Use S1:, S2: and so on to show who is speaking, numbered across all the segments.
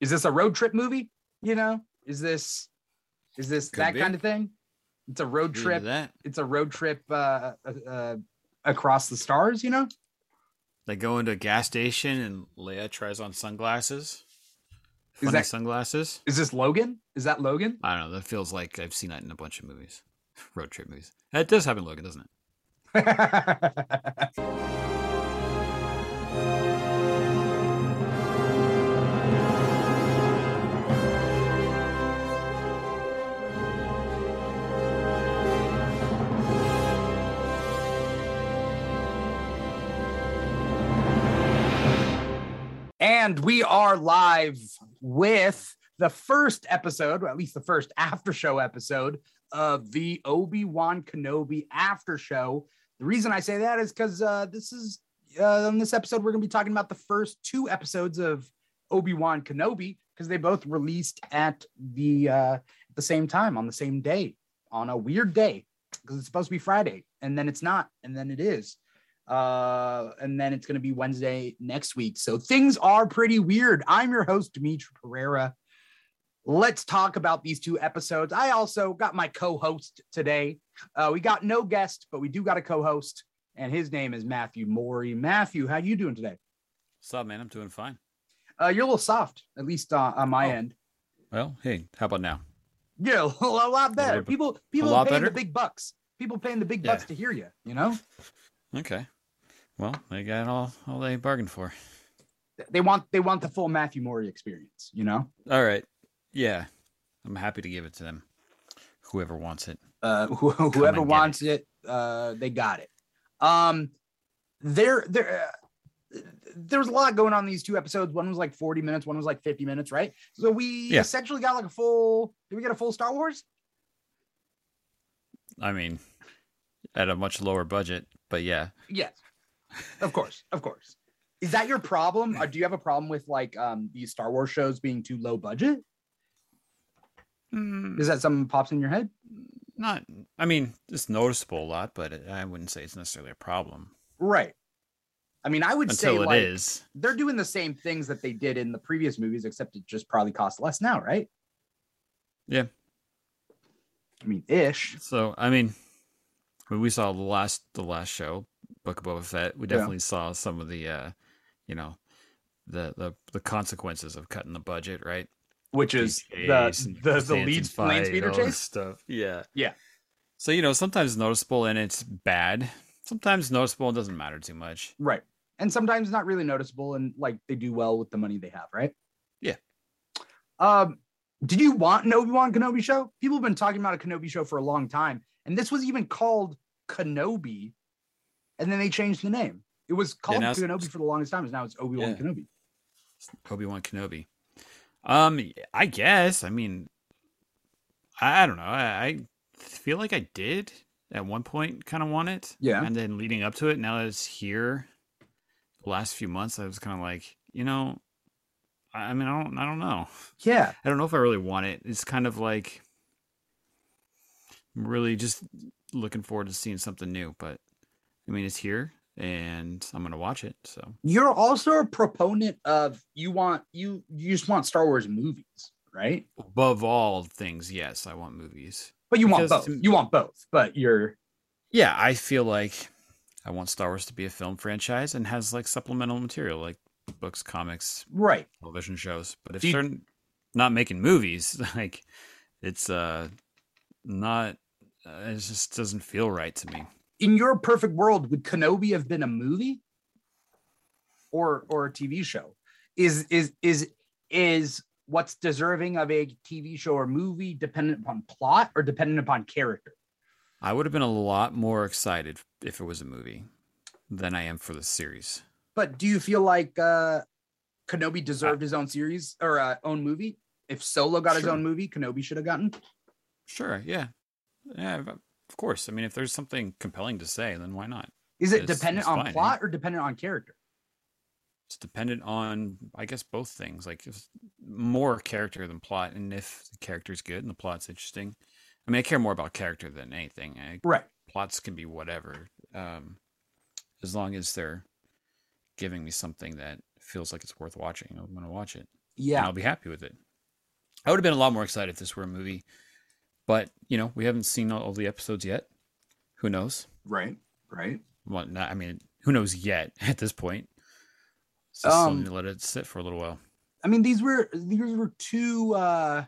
S1: Is this a road trip movie? You know, is this is this
S2: Could
S1: that
S2: be.
S1: kind of thing? It's a road
S2: Either
S1: trip.
S2: That
S1: It's a road trip uh, uh, uh, across the stars. You know,
S2: they go into a gas station and Leia tries on sunglasses.
S1: Is
S2: Funny
S1: that-
S2: sunglasses.
S1: is this Logan? Is that Logan?
S2: I don't know. That feels like I've seen that in a bunch of movies, road trip movies. That does happen, Logan, doesn't it?
S1: All And we are live with the first episode, or at least the first after show episode of the Obi Wan Kenobi after show. The reason I say that is because uh, this is uh, on this episode we're going to be talking about the first two episodes of Obi Wan Kenobi because they both released at the uh, at the same time on the same day on a weird day because it's supposed to be Friday and then it's not and then it is uh and then it's going to be wednesday next week so things are pretty weird i'm your host dimitri pereira let's talk about these two episodes i also got my co-host today uh we got no guest but we do got a co-host and his name is matthew morey matthew how you doing today
S2: What's up, man? I'm doing fine.
S1: uh you're a little soft at least uh, on my
S2: Oh.
S1: end
S2: Well, hey, how about now?
S1: yeah a lot better
S2: bit-
S1: people people
S2: lot
S1: paying
S2: better?
S1: the big bucks people paying the big
S2: Yeah.
S1: bucks to hear you you know
S2: Okay. Well, they got all all they bargained for.
S1: they want they want the full matthew morey experience you know
S2: All right. Yeah, I'm happy to give it to them. Whoever wants it.
S1: uh, who, whoever
S2: and get
S1: wants it, uh, they got it. Um, there, there, uh, there was a lot going on in these two episodes. One was like forty minutes, one was like fifty minutes, right? So we
S2: Yeah.
S1: essentially got like a full. Did we get a full Star Wars?
S2: I mean, at a much lower budget, but yeah.
S1: Yes, of course, of course. Is that your problem? Or do you have a problem with like um, these Star Wars shows being too low budget? Is that something that pops in your head?
S2: Not. I mean, it's noticeable a lot, but it, I wouldn't say it's necessarily a problem
S1: Right. I mean, I would say
S2: until it is.
S1: like they're doing the same things that they did in the previous movies, except it just probably costs less now, right?
S2: Yeah.
S1: I mean, ish.
S2: So I mean, when we saw the last the last show, Book of Boba Fett, we
S1: Yeah.
S2: definitely saw some of the, uh, you know, the the the consequences of cutting the budget, right?
S1: Which
S2: DJs and
S1: the
S2: fans
S1: lead
S2: and fight, all this
S1: chase.
S2: stuff. Yeah,
S1: Yeah.
S2: So you know, sometimes noticeable and it's bad. Sometimes noticeable and doesn't matter too much.
S1: Right. And sometimes not really noticeable, and like they do well with the money they have, right?
S2: Yeah.
S1: Um, did you want an Obi Wan Kenobi show? People have been talking about a Kenobi show for a long time, and this was even called Kenobi, and then they changed the name. It was called
S2: now it's-
S1: Kenobi for the longest time, and now it's Obi Wan
S2: Yeah.
S1: Kenobi.
S2: Obi Wan Kenobi. Um, I guess. I mean, I, I don't know. I, I feel like I did at one point kind of want it.
S1: Yeah.
S2: And then leading up to it, now that it's here, the last few months, I was kind of like, you know, I, I mean, I don't, I don't know.
S1: Yeah.
S2: I don't know if I really want it. It's kind of like I'm really just looking forward to seeing something new. But I mean, it's here, and I'm gonna watch it. So
S1: you're also a proponent of you want you you just want Star Wars movies, right?
S2: above all things, yes, I want movies.
S1: But you want
S2: Because-
S1: both. You want both, but you're
S2: yeah, I feel like I want Star Wars to be a film franchise and has like supplemental material like books, comics,
S1: right.
S2: television shows. But if
S1: Do you-
S2: they're not making movies, like it's uh not uh, it just doesn't feel right to me.
S1: In your perfect world, would Kenobi have been a movie or or a TV show? Is is is is what's deserving of a TV show or movie dependent upon plot or dependent upon character?
S2: I would have been a lot more excited if it was a movie than I am for the series.
S1: But do you feel like uh Kenobi deserved his own series or uh, own movie? If Solo got his
S2: Sure.
S1: own movie, Kenobi should have gotten.
S2: Sure, yeah. Yeah, of of course. I mean, if there's something compelling to say, then why not?
S1: Is it
S2: It's-
S1: dependent
S2: it's
S1: on
S2: fine, eh?
S1: plot or dependent on character?
S2: it's dependent on i guess both things like if more character than plot and if the character's good and the plot's interesting i mean i care more about character than anything I,
S1: Right.
S2: plots can be whatever um as long as they're giving me something that feels like it's worth watching i'm gonna watch it and
S1: Yeah.
S2: I'll be happy with it. I would have been a lot more excited if this were a movie, but you know we haven't seen all the episodes yet. Who knows?
S1: Right. Right.
S2: Well, not, I mean, who knows yet at this point? So
S1: Um,
S2: still need to let it sit for a little while.
S1: I mean, these were these were two uh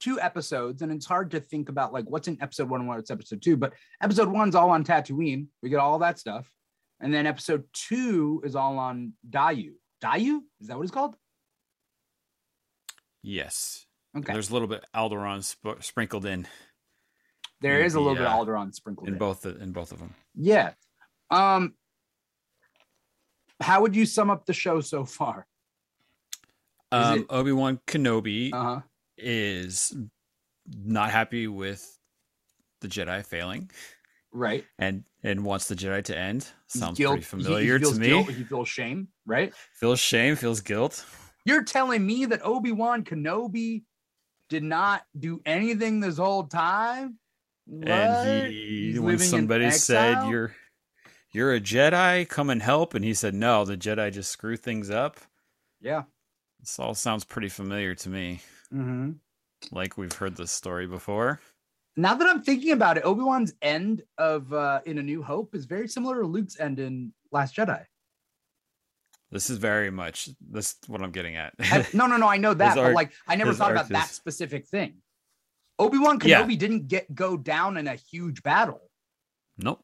S1: two episodes, and it's hard to think about like what's in episode one and what's episode two. But episode one's all on Tatooine. We get all that stuff, and then episode two is all on Dayu. Dayu is that what it's called?
S2: Yes,
S1: Okay,
S2: there's a little bit Alderaan sp- sprinkled in
S1: there is a little
S2: yeah.
S1: bit of Alderaan sprinkled in.
S2: in both the, in both of them.
S1: Yeah. Um. How would you sum up the show so far? Is
S2: Um,
S1: it-
S2: Obi Wan Kenobi
S1: Uh huh.
S2: is not happy with the Jedi failing
S1: Right.
S2: and and wants the Jedi to end.
S1: He's
S2: Sounds
S1: guilt-
S2: pretty
S1: he- he
S2: familiar to
S1: feels
S2: me.
S1: guilt, he feels shame. Right.
S2: Feels shame, feels guilt.
S1: You're telling me that Obi Wan Kenobi did not do anything this whole time? What?
S2: And he,
S1: He's
S2: when
S1: living in
S2: somebody said
S1: exile?
S2: you're you're a Jedi, come and help, and he said no, the Jedi just screw things up.
S1: yeah.
S2: This all sounds pretty familiar to me.
S1: Mhm.
S2: Like we've heard this story before.
S1: Now that I'm thinking about it, Obi Wan's end of uh, in A New Hope is very similar to Luke's end in Last Jedi.
S2: This is very much this is what I'm getting at.
S1: I- no, no, no. I know that, but
S2: arc-
S1: like, I never
S2: his
S1: thought
S2: arc
S1: about that
S2: is-
S1: specific thing. Obi Wan
S2: Yeah.
S1: Kenobi didn't get go down in a huge battle.
S2: nope.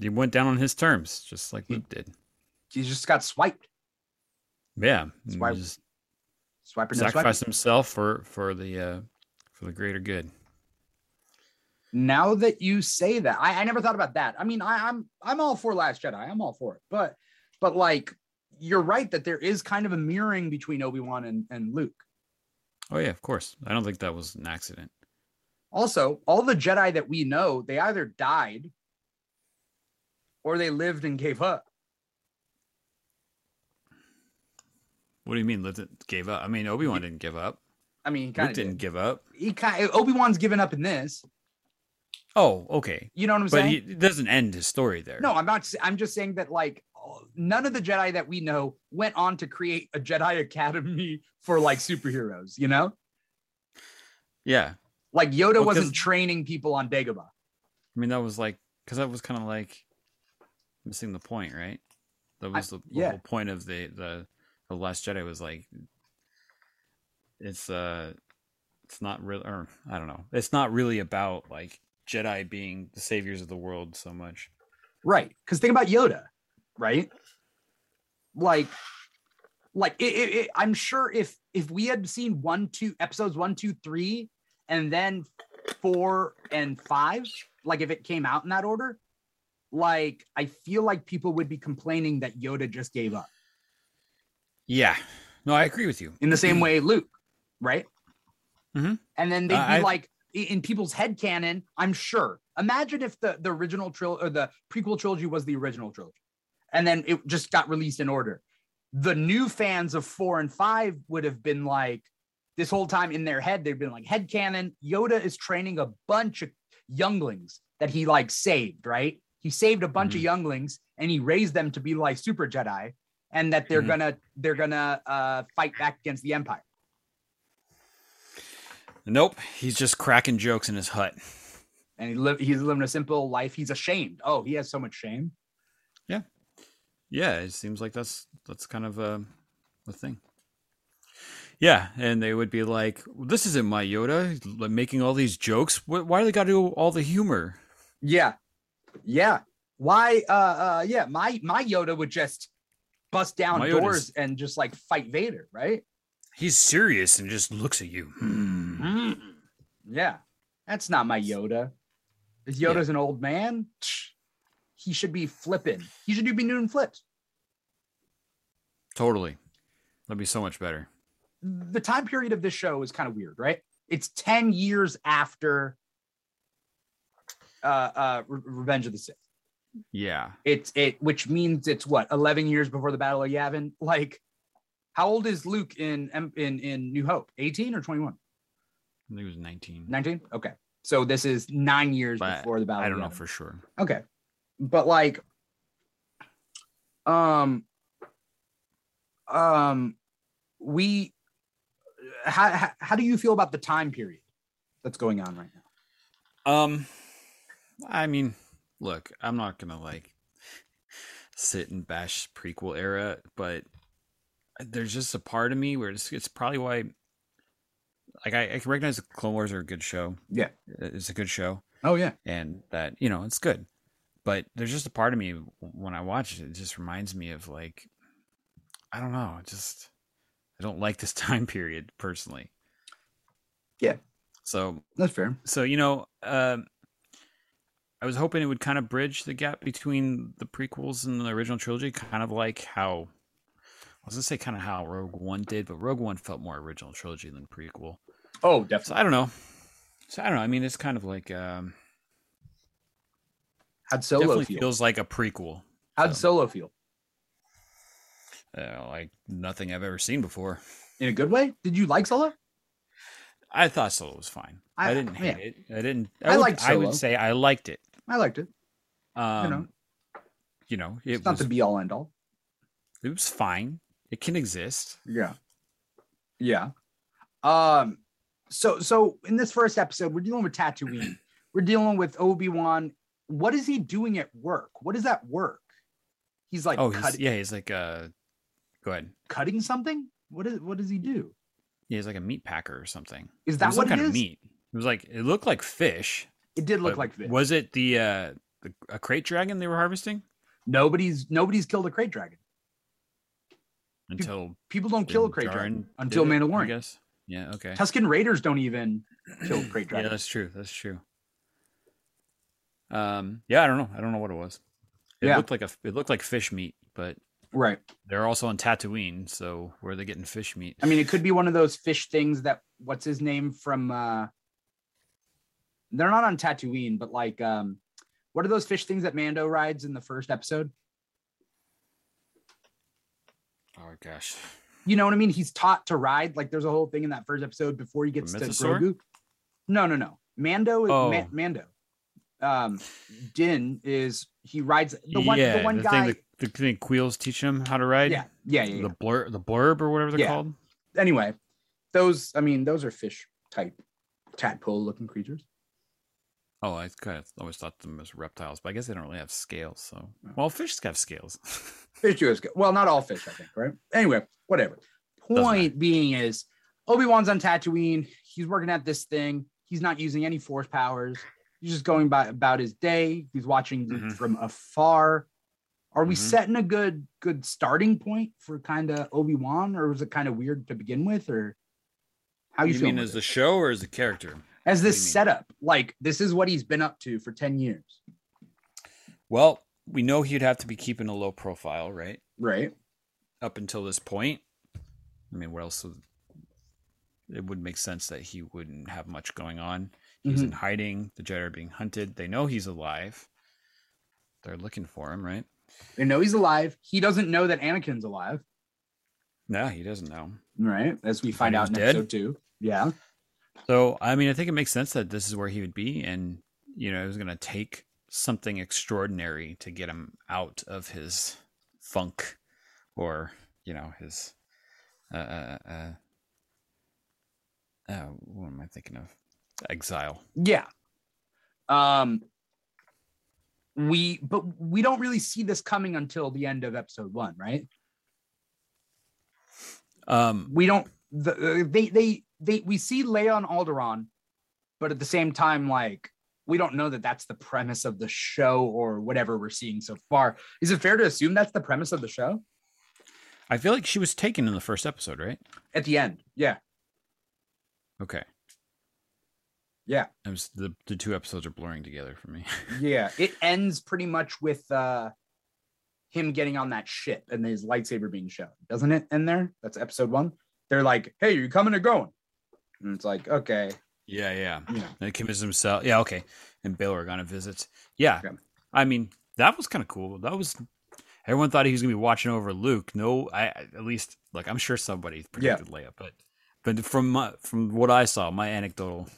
S2: He went down on his terms, just like
S1: He-
S2: Luke did.
S1: He just got swiped.
S2: Yeah.
S1: That's
S2: and
S1: why-
S2: just
S1: Swiper, no swiper.
S2: sacrificed himself for for the uh for the greater good.
S1: Now that you say that, I, I never thought about that. I mean, I, I'm I'm all for Last Jedi. I'm all for it. But but like you're right that there is kind of a mirroring between Obi-Wan and, and Luke.
S2: Oh yeah, of course. I don't think that was an accident.
S1: Also, all the Jedi that we know, they either died or they lived and gave up.
S2: What do you mean? Lived it, gave up? I mean, Obi Wan didn't give up.
S1: I mean, he kind
S2: Luke
S1: of
S2: didn't
S1: did.
S2: give up.
S1: He kind Obi-Wan's given up in this.
S2: Oh, okay.
S1: You know what I'm
S2: But
S1: saying?
S2: he it doesn't end his story there.
S1: No, I'm not. s- I'm just saying that like none of the Jedi that we know went on to create a Jedi Academy for like superheroes. You know,
S2: Yeah,
S1: like Yoda
S2: Well, 'cause-
S1: wasn't training people on Dagobah.
S2: I mean that was like because that was kind of like missing the point, right? That was the, the
S1: yeah.
S2: whole point of the the the Last Jedi was like it's uh it's not real or I don't know it's not really about like Jedi being the saviors of the world so much.
S1: Right. Because think about Yoda, right? Like, like it, it, it- I'm sure if if we had seen one, two episodes one, two, three, and then four and five, like if it came out in that order, like I feel like people would be complaining that Yoda just gave up
S2: Yeah, no, I agree with you.
S1: in the same way Luke, right?
S2: Mhm.
S1: And then they'd be
S2: Uh, I-
S1: like i- in people's head canon. I'm sure. Imagine if the the original trilogy or the prequel trilogy was the original trilogy, and then it just got released in order. The new fans of four and five would have been like, this whole time in their head, they've been like head canon. Yoda is training a bunch of younglings that he like saved, right? He saved a
S2: Mm-hmm.
S1: bunch of younglings and he raised them to be like super Jedi, and that they're
S2: Mhm.
S1: gonna they're gonna uh, fight back against the Empire.
S2: Nope, he's just cracking jokes in his hut.
S1: And he live he's living a simple life. He's ashamed. Oh, he has so much shame.
S2: Yeah, it seems like that's that's kind of a, a thing. Yeah, and they would be like, "This isn't my Yoda he's l- making all these jokes. Wh- Why do they got to do all the humor?"
S1: Yeah, yeah. Why? Uh, uh, yeah. My my Yoda would just bust down
S2: My Yoda's-
S1: doors and just like fight Vader, right?
S2: He's serious and just looks at you. Hmm.
S1: Mm. Yeah, that's not my Yoda. Is
S2: Yeah.
S1: Yoda's an old man? Tch, He should be flipping. He should be doing flips.
S2: Totally, that'd be so much better.
S1: The time period of this show is kind of weird, right? It's ten years after uh, uh, Re- Revenge of the Sith.
S2: Yeah,
S1: It's it, which means it's what eleven years before the Battle of Yavin. Like, how old is Luke in Em- in in New Hope? Eighteen or 21?
S2: I think it was nineteen.
S1: 19? Okay, so this is nine years
S2: But
S1: before the Battle.
S2: I
S1: of
S2: don't know
S1: Yavin.
S2: for sure.
S1: Okay. But like um um we how, how how do you feel about the time period that's going on right now?
S2: Um, I mean, look, I'm not gonna like sit and bash prequel era, but there's just a part of me where it's, it's probably why. Like I, I can recognize the Clone Wars are a good show.
S1: Yeah.
S2: it's a good show,
S1: Oh yeah,
S2: and that you know it's good. But there's just a part of me when I watch it, it just reminds me of like, I don't know, just I don't like this time period personally.
S1: Yeah.
S2: So
S1: that's fair.
S2: so you know um i was hoping it would kind of bridge the gap between the prequels and the original trilogy kind of like how i was gonna say kind of how rogue one did but rogue one felt more original trilogy than prequel
S1: Oh,
S2: so
S1: definitely.
S2: i don't know so i don't know i mean it's kind of like um
S1: How'd Solo
S2: definitely
S1: feel?
S2: feels like a prequel
S1: How'd Solo feel?
S2: uh, like nothing i've ever seen before
S1: In a good way? Did you like Solo?
S2: i thought solo was fine i,
S1: I-
S2: didn't
S1: yeah.
S2: hate it i didn't
S1: I
S2: would-
S1: liked
S2: i
S1: Solo.
S2: would say i liked it
S1: I liked it.
S2: um you know,
S1: know.
S2: it
S1: It's not
S2: was
S1: the be all end all.
S2: it was fine. It can exist.
S1: Yeah. Yeah. Um, so so in this first episode, we're dealing with Tatooine. we're dealing with Obi-Wan. What is he doing at work? What is that work? He's like
S2: oh,
S1: cut,
S2: he's, yeah, he's like uh go ahead.
S1: cutting something? What is what does he do?
S2: Yeah, he's like a meat packer or something.
S1: Is
S2: it
S1: that
S2: was some
S1: what it
S2: kind
S1: is?
S2: of meat. It was like it looked like fish.
S1: It did look
S2: but
S1: like this.
S2: Was it the uh the, a crate dragon they were harvesting
S1: Nobody's nobody's killed a crate dragon.
S2: until
S1: People don't kill a
S2: Din
S1: crate
S2: Djarin
S1: dragon
S2: did
S1: until
S2: it, I
S1: Mandalorian.
S2: guess. Yeah. Okay.
S1: Tuscan Raiders don't even kill crate
S2: Yeah,
S1: dragons.
S2: that's true. That's true. Um. Yeah, I don't know. I don't know what it was. It
S1: Yeah.
S2: looked like a. It looked like fish meat, but
S1: Right.
S2: they're also on Tatooine, so where are they getting fish meat?
S1: I mean, it could be one of those fish things that what's his name from uh they're not on Tatooine, but like um what are those fish things that Mando rides in the first episode?
S2: oh gosh.
S1: You know what I mean? He's taught to ride. Like there's a whole thing in that first episode before he gets to
S2: Mythosaur?
S1: Grogu. No, no, no. Mando is
S2: Oh.
S1: Ma- Mando. Um Din is he rides the one
S2: yeah,
S1: the one
S2: thing
S1: guy.
S2: that- the thing Queels teach him how to ride.
S1: yeah, yeah, yeah, yeah.
S2: the blur the blurb or whatever they're
S1: Yeah.
S2: called.
S1: anyway, those I mean, those are fish type tadpole looking creatures.
S2: Oh, I kind of always thought of them as reptiles, but I guess they don't really have scales. So,
S1: No.
S2: well, fish have scales.
S1: Fish do is good. Well, not all fish, I think, right? Anyway, whatever.
S2: matter.
S1: Point being is Obi-Wan's on Tatooine. He's working at this thing. He's not using any force powers. He's just going by about his day. He's watching th-
S2: Mhm.
S1: from afar. Are we
S2: Mhm.
S1: setting a good good starting point for kind of Obi-Wan, or was it kind of weird to begin with? Or how you, feeling? with it?
S2: the show or as the character?
S1: as
S2: do you mean?
S1: this setup? Like this is what he's been up to for 10 years,
S2: Well, we know he'd have to be keeping a low profile, right?
S1: right?
S2: Up until this point. I mean, what else? Would, it would make sense that he wouldn't have much going on. He's
S1: Mhm.
S2: in hiding. The Jedi are being hunted. They know he's alive. They're looking for him, right?
S1: They know he's alive. He doesn't know that Anakin's alive.
S2: No, he doesn't know.
S1: right? As we find
S2: he
S1: out
S2: was
S1: in
S2: dead?
S1: episode two. Yeah,
S2: So, I mean, I think it makes sense that this is where he would be, and you know, it was going to take something extraordinary to get him out of his funk, or you know, his uh, uh, uh, uh, what am I thinking of? Exile.
S1: yeah. Um, we but we don't really see this coming until the end of episode one, right?
S2: Um,
S1: We don't. The, uh, they they they we see Leia on Alderaan, but at the same time, like we don't know that that's the premise of the show or whatever we're seeing so far. Is it fair to assume that's the premise of the show
S2: I feel like she was taken in the first episode, right?
S1: at the end? Yeah,
S2: Okay.
S1: Yeah.
S2: I was, the the two episodes are blurring together for me.
S1: yeah. It ends pretty much with uh him getting on that ship and his lightsaber being shown, doesn't it? In there, that's episode one. They're like, "Hey, you coming or going?" And it's like, okay,
S2: Yeah, yeah.
S1: you know,
S2: And Kim is himself. Yeah, okay. And Bail Organa visits. Yeah.
S1: Okay.
S2: I mean, that was kind of cool. That was everyone thought he was gonna be watching over Luke. No, I I- at least look, I'm sure somebody predicted Leia, but but from my, from what I saw, my anecdotal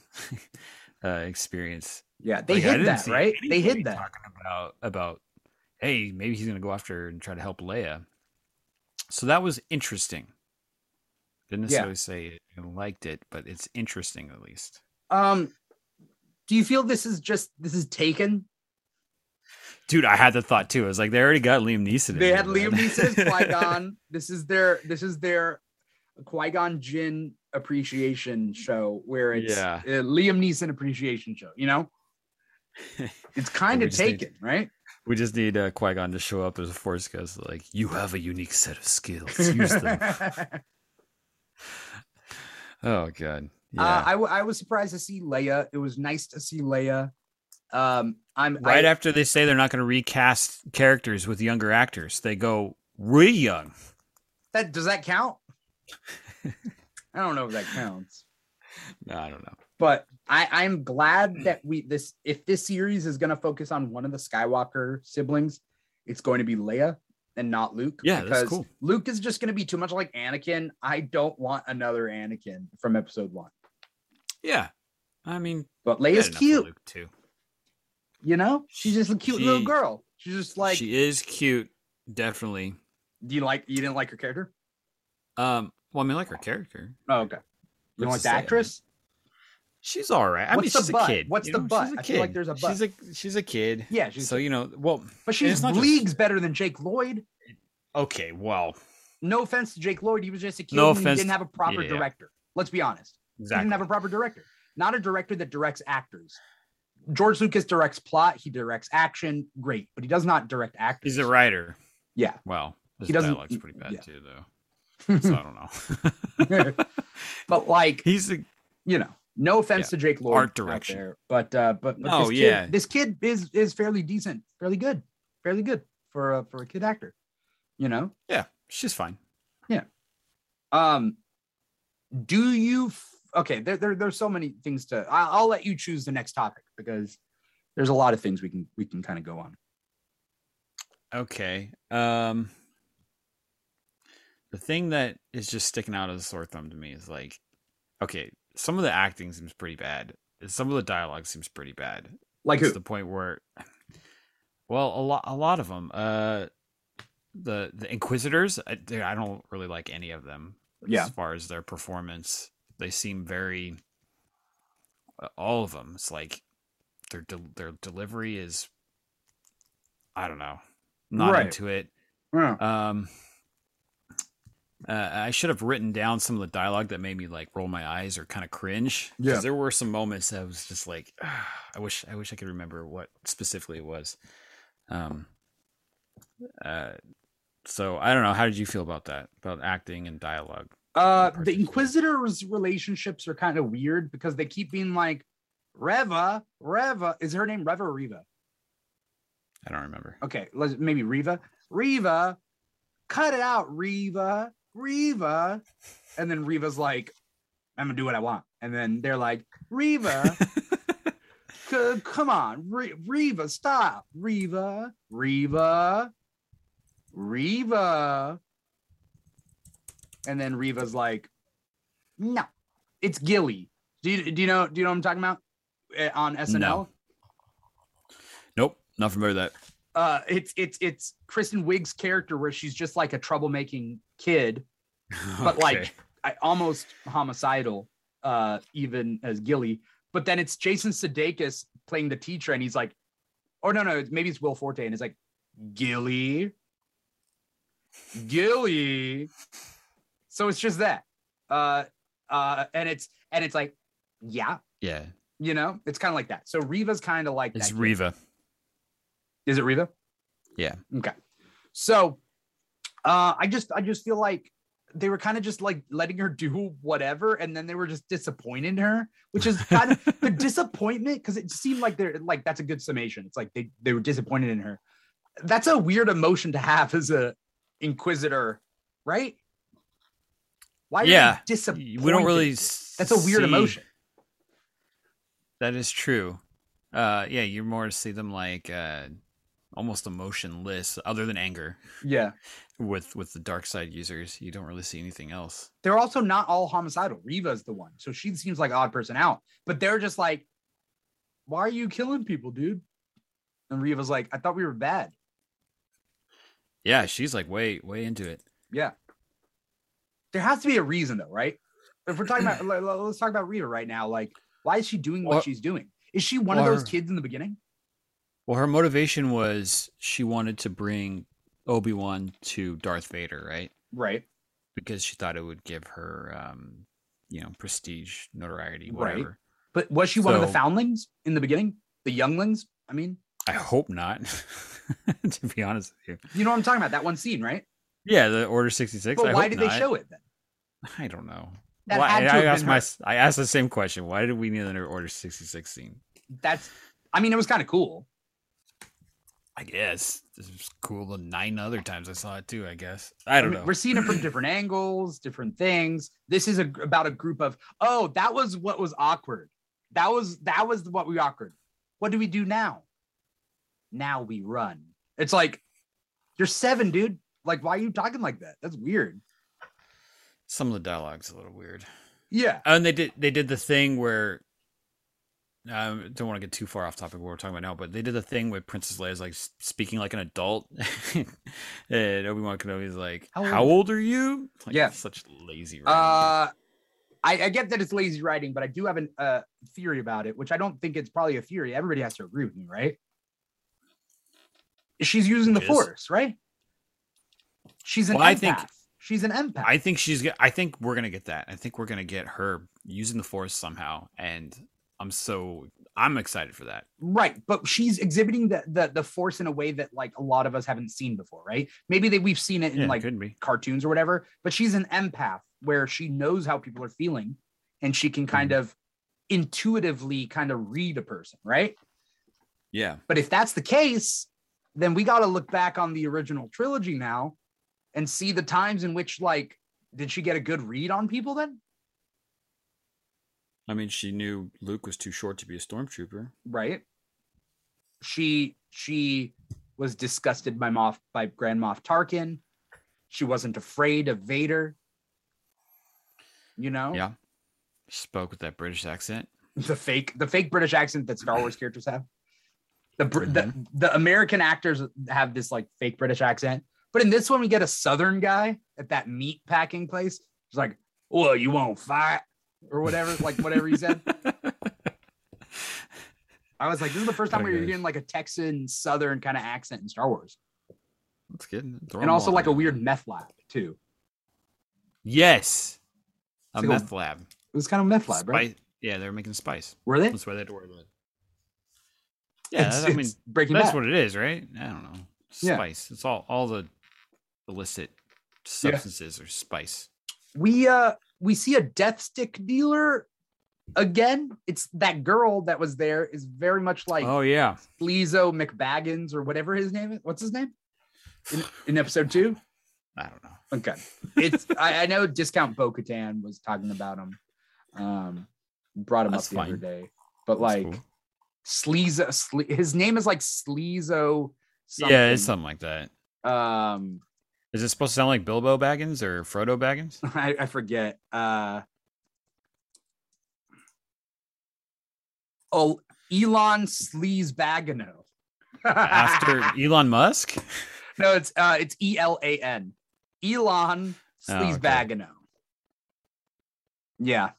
S2: uh, experience,
S1: yeah, they
S2: like, I
S1: hid
S2: didn't
S1: that,
S2: see
S1: right? They
S2: anybody
S1: hid that.
S2: talking about about hey, maybe he's gonna go after and try to help Leia. So that was interesting. Didn't necessarily say I liked it, but it's interesting at least.
S1: Um, do you feel this is just this is taken?
S2: Dude, I had the thought too. I was like, they already got Liam Neeson. in
S1: They
S2: here,
S1: had Liam
S2: man.
S1: Neeson as Qui Gon. this is their this is their Qui Gon Jinn appreciation show where it's
S2: Yeah.
S1: a Liam Neeson appreciation show. You know, it's kind
S2: We
S1: of
S2: just need-
S1: taken, right?
S2: we just need uh, Qui Gon to show up as a Force ghost. Like, you have a unique set of skills. Use them.
S1: Uh,
S2: oh god. Yeah.
S1: Uh, I, w- I was surprised to see Leia. It was nice to see Leia. Um, I'm
S2: right
S1: I,
S2: after they say they're not going to recast characters with younger actors, they go really young.
S1: that. Does that count? I don't know if that counts,
S2: No, I don't know.
S1: but I, I'm glad that we this if this series is going to focus on one of the Skywalker siblings, it's going to be Leia and not Luke.
S2: Yeah, that's cool.
S1: Luke is just going to be too much like Anakin. I don't want another Anakin from Episode One,
S2: Yeah, I mean,
S1: but
S2: we had
S1: Leia's
S2: enough of
S1: cute.
S2: Luke too.
S1: You know, she's just a cute little
S2: She-
S1: girl. She's just like,
S2: she is cute, definitely.
S1: do you like you didn't like her character?
S2: Um, well, I mean, I like her character.
S1: Oh, okay. You don't like
S2: What's
S1: the
S2: to say?
S1: actress?
S2: She's all right. I
S1: What's
S2: mean,
S1: the
S2: she's
S1: but?
S2: a kid.
S1: What's
S2: you
S1: the
S2: know?
S1: but?
S2: She's
S1: I
S2: a
S1: feel
S2: kid.
S1: like there's a but.
S2: She's a she's a kid.
S1: Yeah, she's
S2: so you know, well,
S1: but
S2: and
S1: she's
S2: it's not just-
S1: leagues better than Jake Lloyd.
S2: okay, well,
S1: No offense to Jake Lloyd, he was just a kid
S2: No
S1: and he
S2: offense-
S1: didn't have a proper
S2: yeah.
S1: director. Let's be honest. He
S2: exactly.
S1: didn't have a proper director. Not a director that directs actors. George Lucas directs plot, he directs action, great, but he does not direct actors.
S2: He's a writer.
S1: Yeah.
S2: Well, his
S1: He doesn't-
S2: dialogue's pretty bad
S1: yeah.
S2: too, though. So I don't know.
S1: but like,
S2: He's a
S1: you know, no offense to Jake Lloyd
S2: Art
S1: out
S2: direction.
S1: there, but uh but, but
S2: No,
S1: this
S2: yeah.
S1: kid, this kid is is fairly decent, fairly good, fairly good for a for a kid actor. You know?
S2: yeah. She's fine.
S1: Um, do you? F- okay, there, there, there's so many things to. I, I'll let you choose the next topic because there's a lot of things we can we can kind of go on.
S2: Okay. Um the thing that is just sticking out as a sore thumb to me is like okay, some of the acting seems pretty bad. and Some of the dialogue seems pretty bad.
S1: Like uh,
S2: It's
S1: who?
S2: the point where well, a lot a lot of them uh the the inquisitors I, dude, I don't really like any of them
S1: Yeah.
S2: as far as their performance. They seem very uh, all of them. It's like their del their delivery is I don't know. Not
S1: Right.
S2: into it.
S1: Yeah.
S2: Um, uh, I should have written down some of the dialogue that made me like roll my eyes or kind of cringe.
S1: Yeah.
S2: there were some moments that I was just like, I wish, I wish I could remember what specifically it was. Um, uh, so I don't know. How did you feel about that? About acting and dialogue?
S1: Uh, the
S2: particular.
S1: Inquisitor's relationships are kind of weird because they keep being like, Reva, Reva. Is her name Reva or Reva?
S2: I don't remember.
S1: Okay, let's maybe Reva, Reva. Cut it out, Reva, Reva. And then Reva's like, I'm gonna do what I want. And then they're like, Reva, C- come on, Re- Reva, stop, Reva, Reva, Reva. And then Reva's like, no, it's Gilly. Do you, do you know? Do you know what I'm talking about? Eh, On SNL,
S2: Nope, not familiar with that.
S1: uh, it's it's it's Kristen Wiig's character where she's just like a troublemaking kid, but
S2: Okay.
S1: like I, almost homicidal, uh, even as Gilly. But then it's Jason Sudeikis playing the teacher, and he's like, "Oh no, no, it's- maybe it's Will Forte," and he's like, "Gilly, Gilly." So it's just that, uh, uh, and it's and it's like, yeah,
S2: yeah,
S1: you know, it's kind of like that. So Reva's kind of like
S2: it's
S1: that kid.
S2: Riva.
S1: Is it Reva?
S2: Yeah.
S1: Okay. So uh I just I just feel like they were kind of just like letting her do whatever and then they were just disappointed in her, which is kind of the disappointment because it seemed like they're like that's a good summation. It's like they they were disappointed in her. That's a weird emotion to have as a inquisitor, right? Why are
S2: Yeah.
S1: you
S2: We
S1: disappointed?
S2: don't really.
S1: that's a weird
S2: see-
S1: emotion.
S2: That is true. Uh, yeah, you more see them like uh, almost emotionless, other than anger.
S1: Yeah.
S2: With with the dark side users, you don't really see anything else.
S1: they're also not all homicidal. Reva's the one. So she seems like an odd person out, but they're just like, why are you killing people, dude? And Reva's like, I thought we were bad.
S2: Yeah, she's like way way into it.
S1: Yeah. there has to be a reason though, right? If we're talking about let- let's talk about Rita right now. Like, why is she doing what
S2: Well-
S1: she's doing? Is she one
S2: well,
S1: of those
S2: her-
S1: kids in the beginning?
S2: Well, her motivation was she wanted to bring Obi Wan to Darth Vader, right?
S1: Right.
S2: Because she thought it would give her, um, you know, prestige, notoriety,
S1: Right.
S2: whatever.
S1: But was she one of the
S2: So-
S1: foundlings in the beginning? The younglings? I mean,
S2: I hope not, to be honest with you.
S1: you know what I'm talking about. That one scene, right?
S2: Yeah, the Order sixty six.
S1: But
S2: I
S1: why
S2: hope
S1: did
S2: not.
S1: they show it then?
S2: I don't know.
S1: That
S2: Why-
S1: had to
S2: I
S1: have
S2: asked
S1: been
S2: my,
S1: her.
S2: I asked the same question. Why did we need another Order sixty six scene?
S1: That's I mean, it was kind of cool.
S2: I guess this is cool. The nine other times I saw it too. I guess I don't
S1: mean,
S2: know.
S1: We're seeing it from different angles, different things. This is a, gr- about a group of oh, that was what was awkward. That was that was what we awkward. What do we do now? Now we run. It's like you're seven, dude. Like, why are you talking like that? That's weird.
S2: Some of the dialogue's a little weird. Oh,
S1: Yeah.
S2: and they did they did the thing where I don't want to get too far off topic of what we're talking about now, but they did the thing where Princess Leia's like s- speaking like an adult, and Obi Wan Kenobi's like,
S1: How
S2: "How
S1: old-
S2: old, How old are you?" Like,
S1: Yeah.
S2: such lazy. writing.
S1: Uh I, I get that it's lazy writing, but I do have a uh, theory about it, which I don't think it's probably a theory. Everybody has to agree with me, right? She's using the
S2: Yes.
S1: force, right? She's an
S2: Well,
S1: empath.
S2: I think-
S1: She's an empath.
S2: I think she's. go- I think we're gonna get that. I think we're gonna get her using the Force somehow, and I'm so I'm excited for that.
S1: Right, but she's exhibiting the, the the force in a way that like a lot of us haven't seen before, right? Maybe that we've seen it in
S2: Yeah,
S1: like
S2: could be.
S1: cartoons or whatever, but she's an empath where she knows how people are feeling and she can
S2: Hmm.
S1: kind of intuitively kind of read a person, right?
S2: Yeah,
S1: But if that's the case, then we got to look back on the original trilogy now and see the times in which like did she get a good read on people then?
S2: I mean, she knew Luke was too short to be a stormtrooper.
S1: right? She she was disgusted by Moff by Grand Moff Tarkin. She wasn't afraid of Vader. You know,
S2: Yeah. Spoke with that British accent.
S1: the fake the fake British accent that Star Wars characters have. The, Br- the
S2: Mhm.
S1: the American actors have this like fake British accent, but in this one we get a Southern guy at that meat packing place. He's like, "Well, you won't fight." Or whatever, like whatever he said. I was like, this is the first time we were
S2: Okay.
S1: getting like a Texan Southern kind of accent in Star Wars.
S2: That's good. Throw 'em
S1: and also
S2: all
S1: like a
S2: in.
S1: weird meth lab too.
S2: Yes. A
S1: It's like a
S2: meth lab.
S1: It was kind of a meth lab, right?
S2: Spice- Yeah, they were making spice.
S1: Were they?
S2: That's why they had to wear the. Yeah,
S1: It's-
S2: that- I mean,
S1: it's Breaking
S2: that's
S1: Bad.
S2: what it is, right? I don't know.
S1: Yeah.
S2: Spice. It's all all the illicit substances are spice.
S1: we uh we see a death stick dealer again. It's that girl that was there is very much like
S2: oh yeah,
S1: Lizzo McBaggins or whatever his name is. What's his name? In, in episode two.
S2: I don't know.
S1: Okay. It's I, I know discount Bo Katan was talking about him. Um brought him
S2: That's
S1: up the other
S2: fine.
S1: day. But
S2: That's
S1: like
S2: cool.
S1: Sleezo, Sle- his name is like Sleezo. Something.
S2: yeah, it's something like that.
S1: Um,
S2: Is it supposed to sound like Bilbo Baggins or Frodo Baggins?
S1: I, I forget. Uh, oh, Elon Sleazebagano.
S2: After Elon Musk?
S1: no, it's uh, it's E L A N. Elon
S2: Oh, okay.
S1: Sleazebagano. Yeah.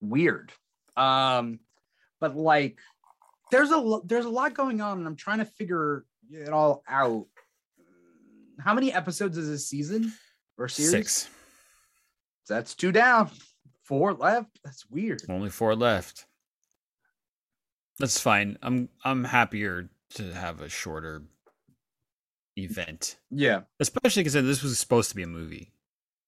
S1: Weird. Um, but like, there's a lo- there's a lot going on, and I'm trying to figure it all out. How many episodes is this season or series?
S2: Six.
S1: That's two down, four left. That's weird.
S2: Only four left. That's fine. I'm I'm happier to have a shorter event,
S1: Yeah.
S2: especially because this was supposed to be a movie,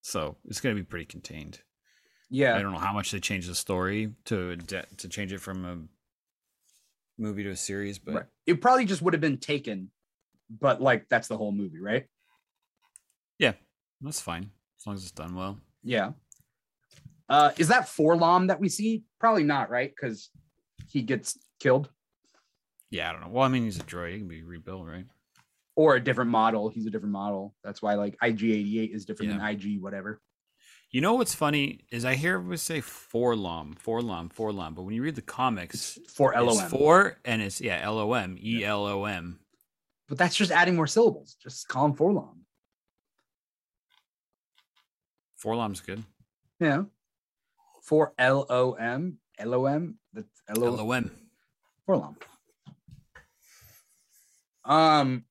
S2: so it's going to be pretty contained. I
S1: Yeah.
S2: don't know how much they changed the story to ade- to change it from a movie to a series, but
S1: Right. It probably just would have been taken, but like that's the whole movie, right?
S2: that's fine as long as it's done well.
S1: Yeah. Uh, is that Forlom that we see? Probably not, right? Because he gets killed
S2: Yeah, I don't know. Well, I mean, he's a droid; he can be rebuilt, right?
S1: or a different model. He's a different model. That's why like IG88 is different
S2: Yeah.
S1: than IG whatever.
S2: You know what's funny is I hear everyone say Forlom, Forlom, Forlom, but when you read the comics,
S1: For LOM.
S2: It's four and it's yeah, L O M E L O M.
S1: but that's just adding more syllables. Just call him Forlom.
S2: Forlom's good.
S1: Yeah. For L O M L O M. That's L O M.
S2: LOM.
S1: Forlom. Um.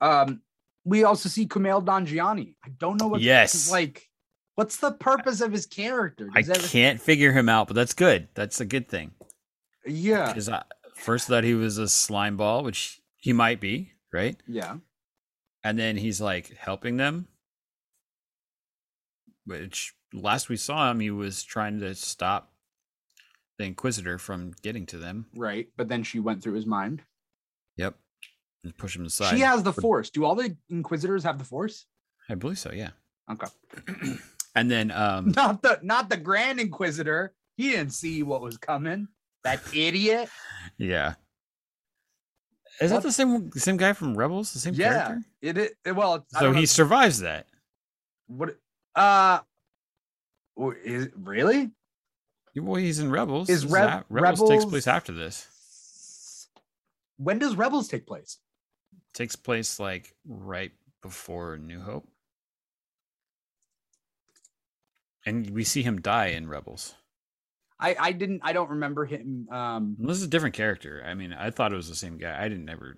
S1: Um. We also see Kumail Nanjiani. I don't know what
S2: Yes.
S1: like. What's the purpose of his character?
S2: I
S1: Does that-
S2: can't figure him out, but that's good. That's a good thing.
S1: Yeah.
S2: Because I first thought he was a slime ball, which he might be, right?
S1: Yeah.
S2: And then he's like helping them. Which last we saw him, he was trying to stop the Inquisitor from getting to them.
S1: Right. But then she went through his mind.
S2: Yep. And push him aside.
S1: She has the
S2: But-
S1: force. Do all the inquisitors have the force?
S2: I believe so, yeah.
S1: Okay.
S2: and then um
S1: Not the not the Grand Inquisitor. He didn't see what was coming. That idiot.
S2: yeah. Is that the same same guy from Rebels? The same
S1: Yeah.
S2: character?
S1: It, it, it- well, it's- I
S2: So
S1: don't know
S2: he
S1: if-
S2: survives that.
S1: what uh w- is really?
S2: Well, he's in Rebels.
S1: Is
S2: This
S1: Reb-
S2: a- Rebels, takes
S1: Rebels-
S2: place after this.
S1: When does Rebels take place?
S2: Takes place like right before New Hope. And we see him die in Rebels.
S1: I I didn't I don't remember him um
S2: This is a different character. I mean, I thought it was the same guy. I didn't ever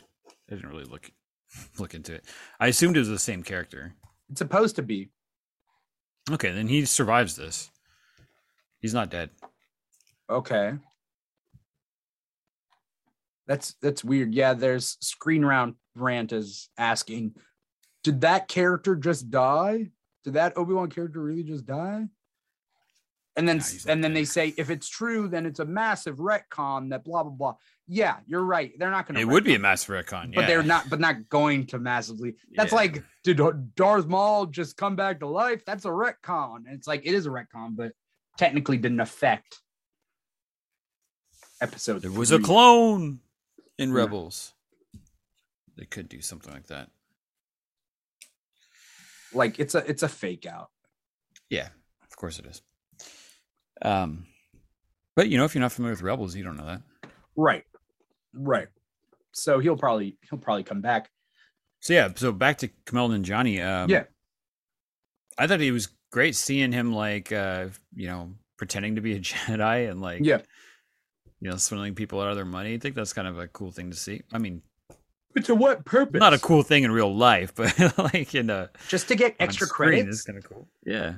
S2: I didn't really look look into it. I assumed it was the same character.
S1: it's supposed to be.
S2: Okay, then he survives this. He's not dead.
S1: Okay. That's that's weird. Yeah, there's screen round rant is asking, did that character just die? Did that Obi-Wan character really just die? And then
S2: Nah, he's not
S1: and then they
S2: dead.
S1: say if it's true, then it's a massive retcon that blah blah blah. Yeah, you're right. They're not gonna
S2: It would be a
S1: retcon,
S2: massive retcon, yeah.
S1: but they're not but not going to massively. That's
S2: Yeah.
S1: like, did Darth Maul just come back to life? That's a retcon. And it's like it is a retcon, but technically didn't affect episode.
S2: There was a
S1: three.
S2: clone in
S1: Yeah.
S2: Rebels. They could do something like that.
S1: like it's a it's a fake out.
S2: Yeah, of course it is. Um, but you know, if you're not familiar with Rebels, you don't know that.
S1: Right. Right. So he'll probably he'll probably come back.
S2: So yeah, so back to Kamel and Johnny. Um,
S1: Yeah.
S2: I thought it was great seeing him like uh, you know pretending to be a Jedi and like
S1: Yeah.
S2: you know swindling people out of their money. I think that's kind of a cool thing to see. I mean,
S1: But to what purpose?
S2: not a cool thing in real life, but like in a
S1: just to get extra
S2: credit
S1: credit.
S2: is kind of cool. Yeah.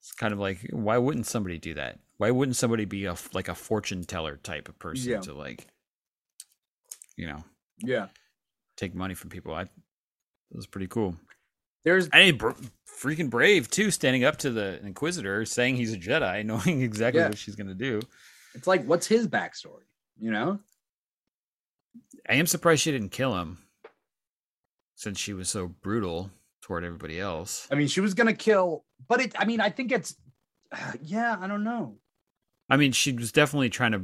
S2: It's kind of like why wouldn't somebody do that? Why wouldn't somebody be a f- like a fortune teller type of person
S1: Yeah.
S2: to like you know,
S1: Yeah.
S2: take money from people? I it was pretty cool.
S1: There's
S2: I mean, br- freaking brave too standing up to the inquisitor saying he's a Jedi, knowing exactly
S1: Yeah.
S2: what she's going to do.
S1: it's like what's his backstory? You know?
S2: I am surprised she didn't kill him since she was so brutal toward everybody else.
S1: I mean, she was gonna kill, but it I mean, I think it's yeah, I don't know.
S2: I mean, she was definitely trying to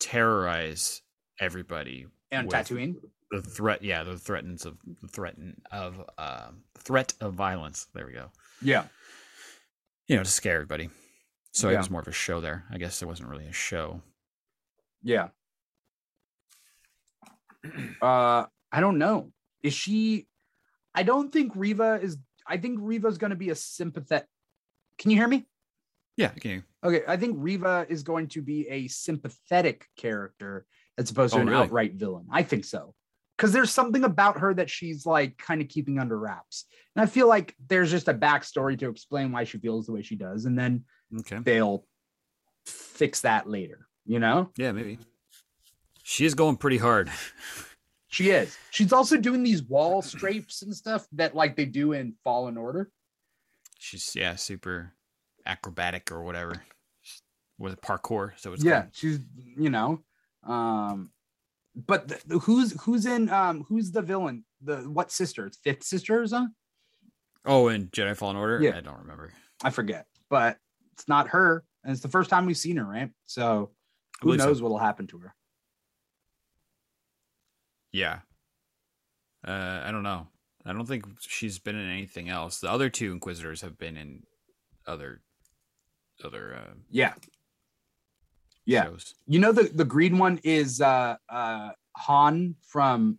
S2: terrorize everybody
S1: And
S2: With-
S1: Tatooine.
S2: the threat yeah the threatens of the threaten of um threat of violence there we go
S1: Yeah.
S2: you know to scare everybody so it
S1: Yeah.
S2: was more of a show there i guess there wasn't really a show
S1: Yeah. Uh, I don't know. Is she? I don't think Riva is. I think Riva's going to be a sympathetic. Can you hear me?
S2: yeah okay
S1: Okay, I think Riva is going to be a sympathetic character as opposed to
S2: Oh,
S1: an
S2: really?
S1: outright villain. I think so. Because there's something about her that she's like kind of keeping under wraps. And I feel like there's just a backstory to explain why she feels the way she does. And then
S2: okay
S1: they'll fix that later, you know?
S2: yeah maybe she is going pretty hard
S1: She is. She's also doing these wall scrapes and stuff that like they do in Fallen Order.
S2: she's yeah super acrobatic or whatever with parkour so it's
S1: yeah, she's you know, um, but th- who's who's in um who's the villain? The what sister? It's fifth sister or something?
S2: oh and jedi fallen order
S1: Yeah.
S2: i don't remember
S1: I forget. But it's not her, and it's the first time we've seen her, right? So
S2: I
S1: who
S2: believe so.
S1: knows what'll happen to her?
S2: yeah uh i don't know i don't think she's been in anything else the other two inquisitors have been in other other uh
S1: Yeah, yeah.
S2: shows.
S1: You know the the green one is uh uh Han from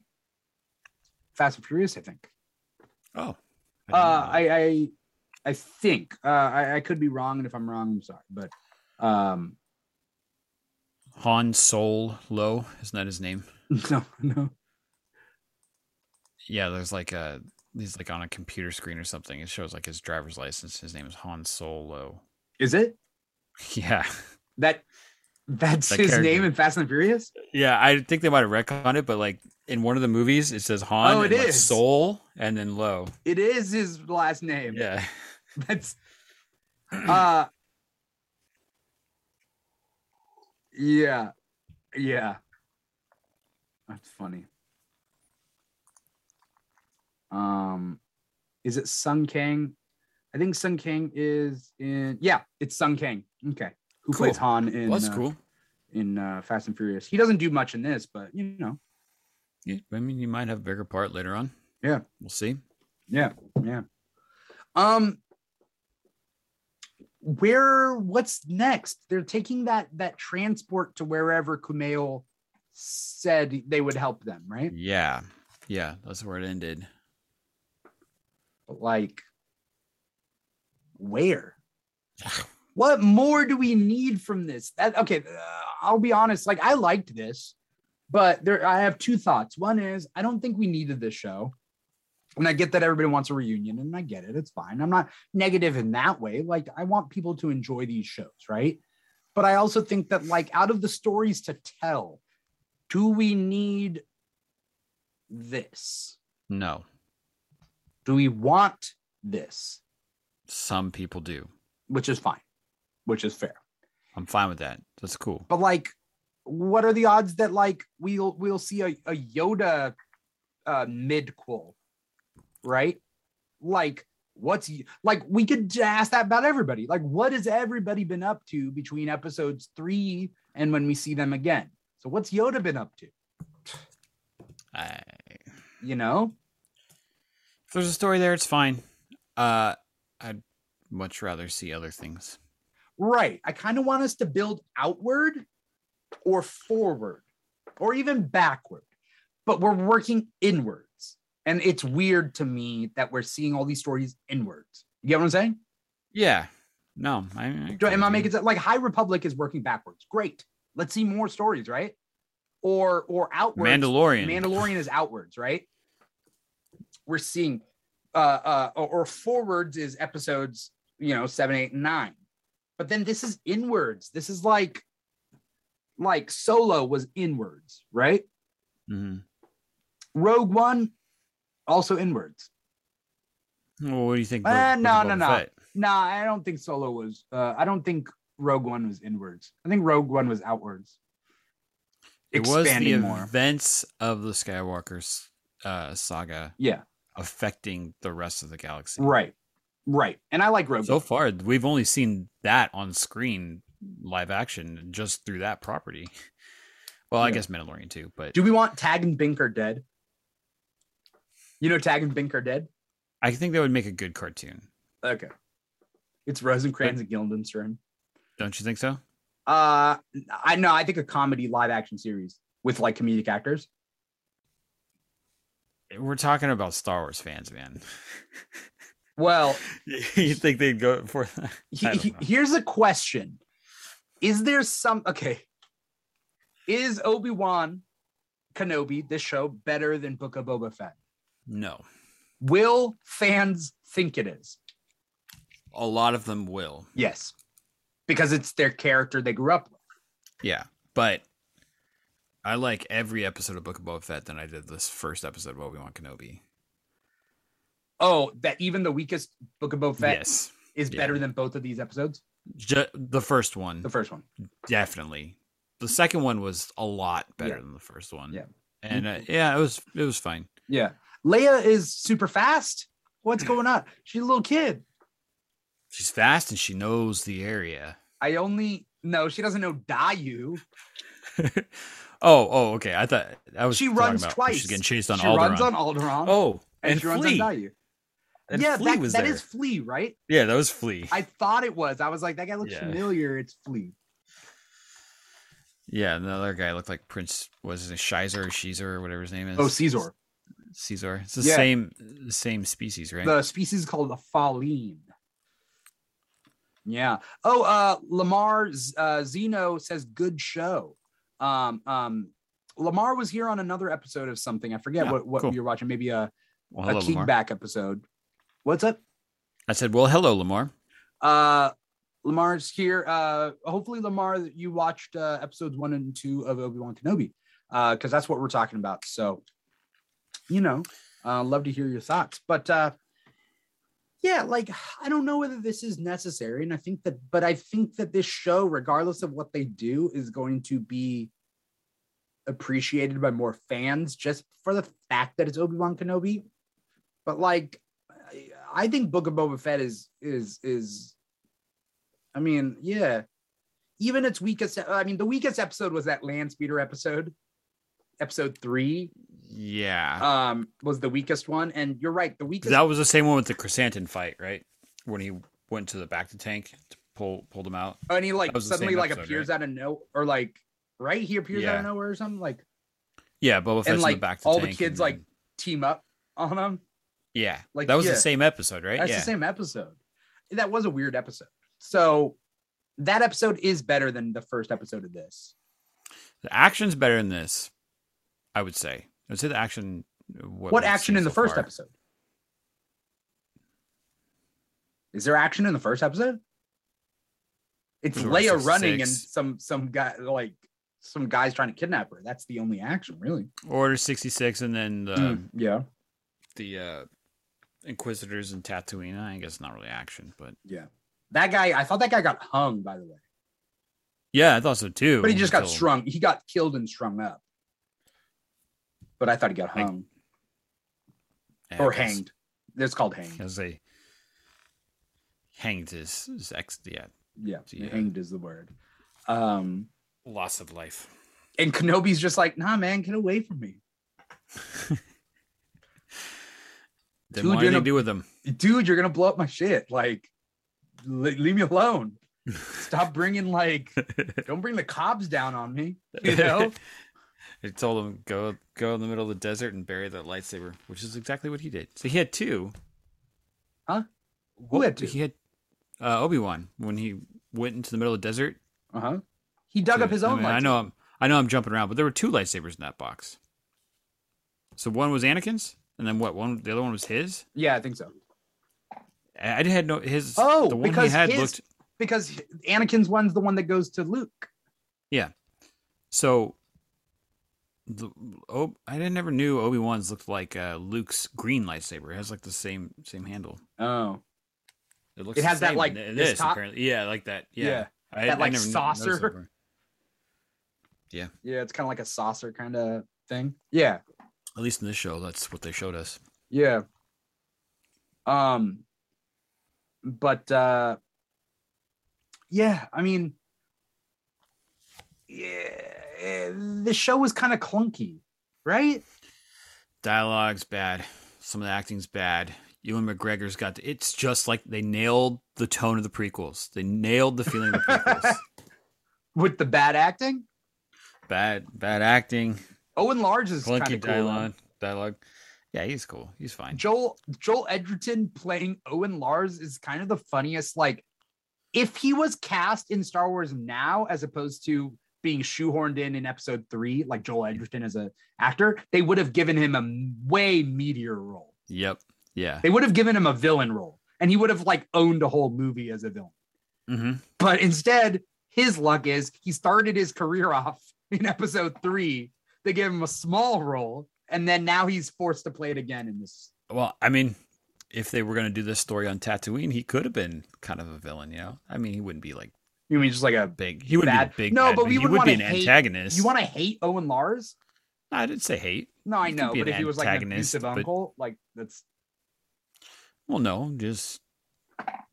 S1: Fast and Furious, I think.
S2: Oh, I
S1: Uh, I, I I think uh, I, I could be wrong, and if I'm wrong, I'm sorry. But um,
S2: Han Solo, isn't that his name?
S1: no, no.
S2: Yeah, there's like a he's like on a computer screen or something. It shows like his driver's license. His name is Han Solo.
S1: Is it
S2: Yeah,
S1: that? That's
S2: That
S1: his
S2: character.
S1: name in Fast and Furious.
S2: yeah. I think they might have retconned it, but like in one of the movies, it says Han.
S1: Oh, it
S2: and, like,
S1: is.
S2: Soul and then Low.
S1: It is his last name.
S2: Yeah,
S1: That's uh Yeah. Yeah. That's funny. Um is it Sun Kang? I think Sun Kang is in yeah, it's Sun Kang. Okay. Who plays
S2: Cool.
S1: Han in
S2: well, that's
S1: uh,
S2: cool.
S1: in uh, Fast and Furious. He doesn't do much in this, but you know.
S2: Yeah, I mean, you might have a bigger part later on.
S1: Yeah.
S2: we'll see.
S1: Yeah, yeah. Um where what's next? They're taking that that transport to wherever Kumail said they would help them, right?
S2: Yeah, yeah. That's where it ended.
S1: Like where? What more do we need from this? That okay, uh, I'll be honest, like I liked this, but there I have two thoughts. One is I don't think we needed this show. And I get that everybody wants a reunion and I get it. It's fine. I'm not negative in that way. Like I want people to enjoy these shows, right? But I also think that like out of the stories to tell, do we need this?
S2: No,
S1: Do we want this?
S2: some people do.
S1: Which is fine. Which is fair.
S2: I'm fine with that. That's cool.
S1: but like what are the odds that like we'll we'll see a, a yoda uh midquel right like what's like we could ask that about everybody like what has everybody been up to between episodes three and when we see them again so what's yoda been up to
S2: I,
S1: you know
S2: if there's a story there, it's fine. Uh, I'd much rather see other things.
S1: right i kind of want us to build outward or forward or even backward but we're working inwards and it's weird to me that we're seeing all these stories inwards you get what i'm saying
S2: Yeah. No, I, I agree
S1: Do, am i
S2: with you.
S1: making sense? like high republic is working backwards great let's see more stories right or or outwards
S2: Mandalorian?
S1: mandalorian is outwards right we're seeing uh uh or, or forwards is episodes you know seven eight and nine but then this is inwards this is like like solo was inwards right
S2: Mhm.
S1: rogue one also inwards
S2: Well, what do you think?
S1: Eh,
S2: about-
S1: no,
S2: about
S1: no,
S2: Boba
S1: no.
S2: Fett?
S1: nah i don't think solo was uh i don't think rogue one was inwards i think rogue one was outwards
S2: It was the
S1: expanding more
S2: events of the Skywalker's uh, saga
S1: yeah
S2: affecting the rest of the galaxy.
S1: right right and i like rogue
S2: So far, we've only seen that on screen, live action, just through that property. Well, I
S1: Yeah.
S2: guess Mandalorian too, but
S1: Do we want Tag and Bink are dead? You know, Tag and Bink are dead.
S2: I think that would make a good cartoon.
S1: Okay, it's Rosencrantz and Guildenstern.
S2: Don't you think so?
S1: Uh, I know. I think a comedy live action series with like comedic actors.
S2: We're talking about Star Wars fans, man.
S1: Well,
S2: you think they'd go for that?
S1: he-
S2: I don't
S1: he-
S2: know.
S1: here's a question: Is there some okay? Is Obi Wan Kenobi this show better than Book of Boba Fett?
S2: No.
S1: Will fans think it is?
S2: A lot of them will.
S1: Yes, because it's their character they grew up with.
S2: Yeah. But I like every episode of Book of Boba Fett than I did this first episode of Obi Wan Kenobi.
S1: Oh, that even the weakest Book of Boba Fett
S2: Yes.
S1: is
S2: Yeah. Mm.
S1: better than both of these episodes.
S2: Ju- the first one,
S1: The first one.
S2: definitely. The second one was a lot better
S1: Yeah.
S2: than the first one.
S1: Yeah. Mm-hmm.
S2: And uh, yeah, it was it was fine.
S1: Yeah. Leia is super fast. What's going on? She's a little kid.
S2: She's fast and she knows the area.
S1: I only no, she doesn't know Dayu.
S2: oh, oh, okay. I thought I was
S1: She
S2: talking
S1: runs
S2: about
S1: twice.
S2: She's getting chased on
S1: she
S2: Alderaan.
S1: runs on Alderaan.
S2: oh,
S1: and,
S2: and,
S1: she runs
S2: Flea.
S1: on Dayu.
S2: And
S1: yeah,
S2: Flea
S1: that,
S2: was
S1: that
S2: there.
S1: is Flea, right?
S2: yeah, that was Flea.
S1: I thought it was. I was like, that guy looks
S2: Yeah.
S1: familiar. It's Flea.
S2: Yeah, and the other guy looked like Prince was it Shizer or Shizer or whatever his name is.
S1: Oh, Caesar.
S2: Caesar. It's the
S1: Yeah.
S2: same same species, right?
S1: The species is called the Faline. Yeah. Oh, uh, Lamar Z- uh, Zeno says good show. Um, um, Lamar was here on another episode of something. I forget
S2: Yeah,
S1: what what
S2: cool.
S1: we were watching. Maybe a
S2: well,
S1: a
S2: hello, Lamar.
S1: kickback episode. What's up?
S2: I said, "Well, hello, Lamar."
S1: Uh, Lamar's here. Uh, hopefully, Lamar, that you watched uh, episodes one and two of Obi Wan Kenobi, because that's what we're talking about. So, you know, uh, love to hear your thoughts. But uh, yeah, like I don't know whether this is necessary, and I think that, but I think that this show, regardless of what they do, is going to be appreciated by more fans just for the fact that it's Obi Wan Kenobi. But like, I- I think Book of Boba Fett is is is. I mean, yeah. Even its weakest, I mean, the weakest episode was that land speeder episode, episode three,
S2: Yeah,
S1: um, was the weakest one. And you're right, the weakest.
S2: Ah. that was the same one with the chrysanthemum fight, right? When he went to the back of the tank to pull pulled him out.
S1: and he like
S2: was the
S1: suddenly
S2: same
S1: like
S2: episode,
S1: appears out of no, or like right he appears out
S2: Yeah.
S1: of nowhere or something. Like
S2: Yeah, Boba Fett's in
S1: like,
S2: the back. Of the
S1: all the
S2: tank
S1: kids,
S2: and
S1: like,
S2: then-
S1: team up on him.
S2: yeah,
S1: like,
S2: that was
S1: yeah.
S2: the same episode, right?
S1: That's
S2: yeah,
S1: the same episode. That was a weird episode. So that episode is better than the first episode of this.
S2: the action's better in this. I would say. I'd say the action. What,
S1: what
S2: we've
S1: action
S2: seen
S1: in the
S2: so
S1: first
S2: far.
S1: episode? Is there action in the first episode? It's
S2: There's around
S1: Leia
S2: six to
S1: running and
S2: six.
S1: some some guy like some guys trying to kidnap her. That's the only action, really.
S2: Order sixty six, and then the
S1: Mm, yeah,
S2: the uh, Inquisitors and Tatooine. I guess not really action, but
S1: yeah. That guy, I thought that guy got hung, by the way,
S2: yeah, I thought so too.
S1: but he just got
S2: until-
S1: strung. He got killed and strung up. But I thought he got
S2: I-
S1: hung
S2: Yeah, I
S1: or
S2: guess-
S1: hanged. It's called
S2: I
S1: hanged.
S2: guess they hanged his, his ex. Yeah,
S1: Yeah,
S2: Yeah.
S1: hanged is the word. Um,
S2: loss of life.
S1: and Kenobi's just like, nah, man, get away from me.
S2: Then
S1: Dude,
S2: what
S1: you're
S2: do they
S1: gonna-
S2: do with him?
S1: dude, you're gonna blow up my shit. Like, le- leave me alone. Stop bringing like, don't bring the cops down on me. You know?
S2: They told him go go in the middle of the desert and bury that lightsaber, which is exactly what he did. So he had two.
S1: Huh? Who
S2: Well,
S1: had two?
S2: He had uh, Obi Wan when he went into the middle of the desert.
S1: Uh huh. He dug
S2: to-
S1: up his
S2: I
S1: own.
S2: mean, I know I'm I know I'm jumping around, but there were two lightsabers in that box. So one was Anakin's, and then what? One the other one was his.
S1: Yeah, I think so.
S2: I I had no his.
S1: Oh,
S2: the one
S1: because
S2: he had
S1: his-
S2: looked.
S1: Because Anakin's one's the one that goes to Luke.
S2: So, the, oh, I didn't never knew Obi Wan's looked like uh, Luke's green lightsaber. It has like the same same handle.
S1: Oh,
S2: It looks.
S1: It
S2: the
S1: has that,
S2: same
S1: like,
S2: in- in
S1: this
S2: this
S1: top-
S2: apparently. Yeah, like that. Yeah,
S1: Yeah,
S2: I,
S1: that,
S2: I
S1: like,
S2: never kn-
S1: saucer.
S2: noticed that part.
S1: yeah, it's kind of like a saucer kind of thing. Yeah,
S2: At least in this show, that's what they showed us.
S1: yeah. Um, but uh, yeah, I mean, yeah, eh, the show was kind of clunky, right?
S2: Dialogue's bad. Some of the acting's bad. Ewan McGregor's got. The, it's just like they nailed the tone of the prequels. They nailed the feeling of the prequels.
S1: with the bad acting.
S2: bad, bad acting.
S1: Owen Large is kind
S2: Clunky
S1: of cool. man.
S2: dialogue. Dialogue. Yeah, he's cool. He's fine.
S1: Joel Joel Edgerton playing Owen Lars is kind of the funniest. Like, if he was cast in Star Wars now, as opposed to being shoehorned in in Episode Three, like Joel Edgerton as a actor, they would have given him a way meatier role.
S2: Yep. Yeah.
S1: They would have given him a villain role, and he would have like owned a whole movie as a villain.
S2: Mm-hmm.
S1: But instead, his luck is he started his career off in episode three. They gave him a small role, and then now he's forced to play it again in this.
S2: Well, I mean, if they were going to do this story on Tatooine, he could have been kind of a villain, you know? I mean, he wouldn't be like
S1: You mean just like a
S2: big. He wouldn't
S1: Bad-
S2: be a big.
S1: No,
S2: bad
S1: but
S2: man.
S1: we
S2: he
S1: would
S2: would be an
S1: wanna hate-
S2: antagonist.
S1: you want to hate Owen Lars?
S2: I didn't say hate.
S1: No, I
S2: He could
S1: know,
S2: be
S1: but
S2: an
S1: if he was like an
S2: antagonist,
S1: abusive
S2: but-
S1: uncle, like that's
S2: Well, no, just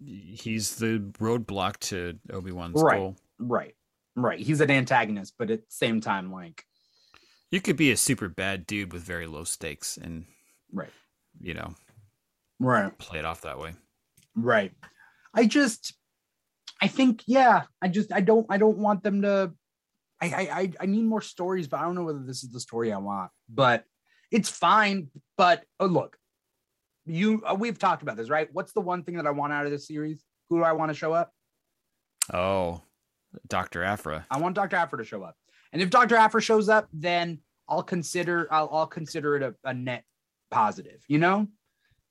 S2: he's the roadblock to Obi Wan's
S1: Right.
S2: goal.
S1: right, right. He's an antagonist, but at the same time, like
S2: You could be a super bad dude with very low stakes, and
S1: Right.
S2: you know,
S1: right,
S2: play it off that way.
S1: right. I just, I think, yeah, I just, I don't, I don't want them to. I, I, I- I need more stories, but I don't know whether this is the story I want. But It's fine, but oh, look, you uh, we've talked about this, right? What's the one thing that I want out of this series? Who do I want to show up?
S2: Oh, Dr. Afra.
S1: I want Dr. Afra to show up. And if Dr. Afra shows up, then I'll consider I'll, I'll consider it a, a net positive, you know?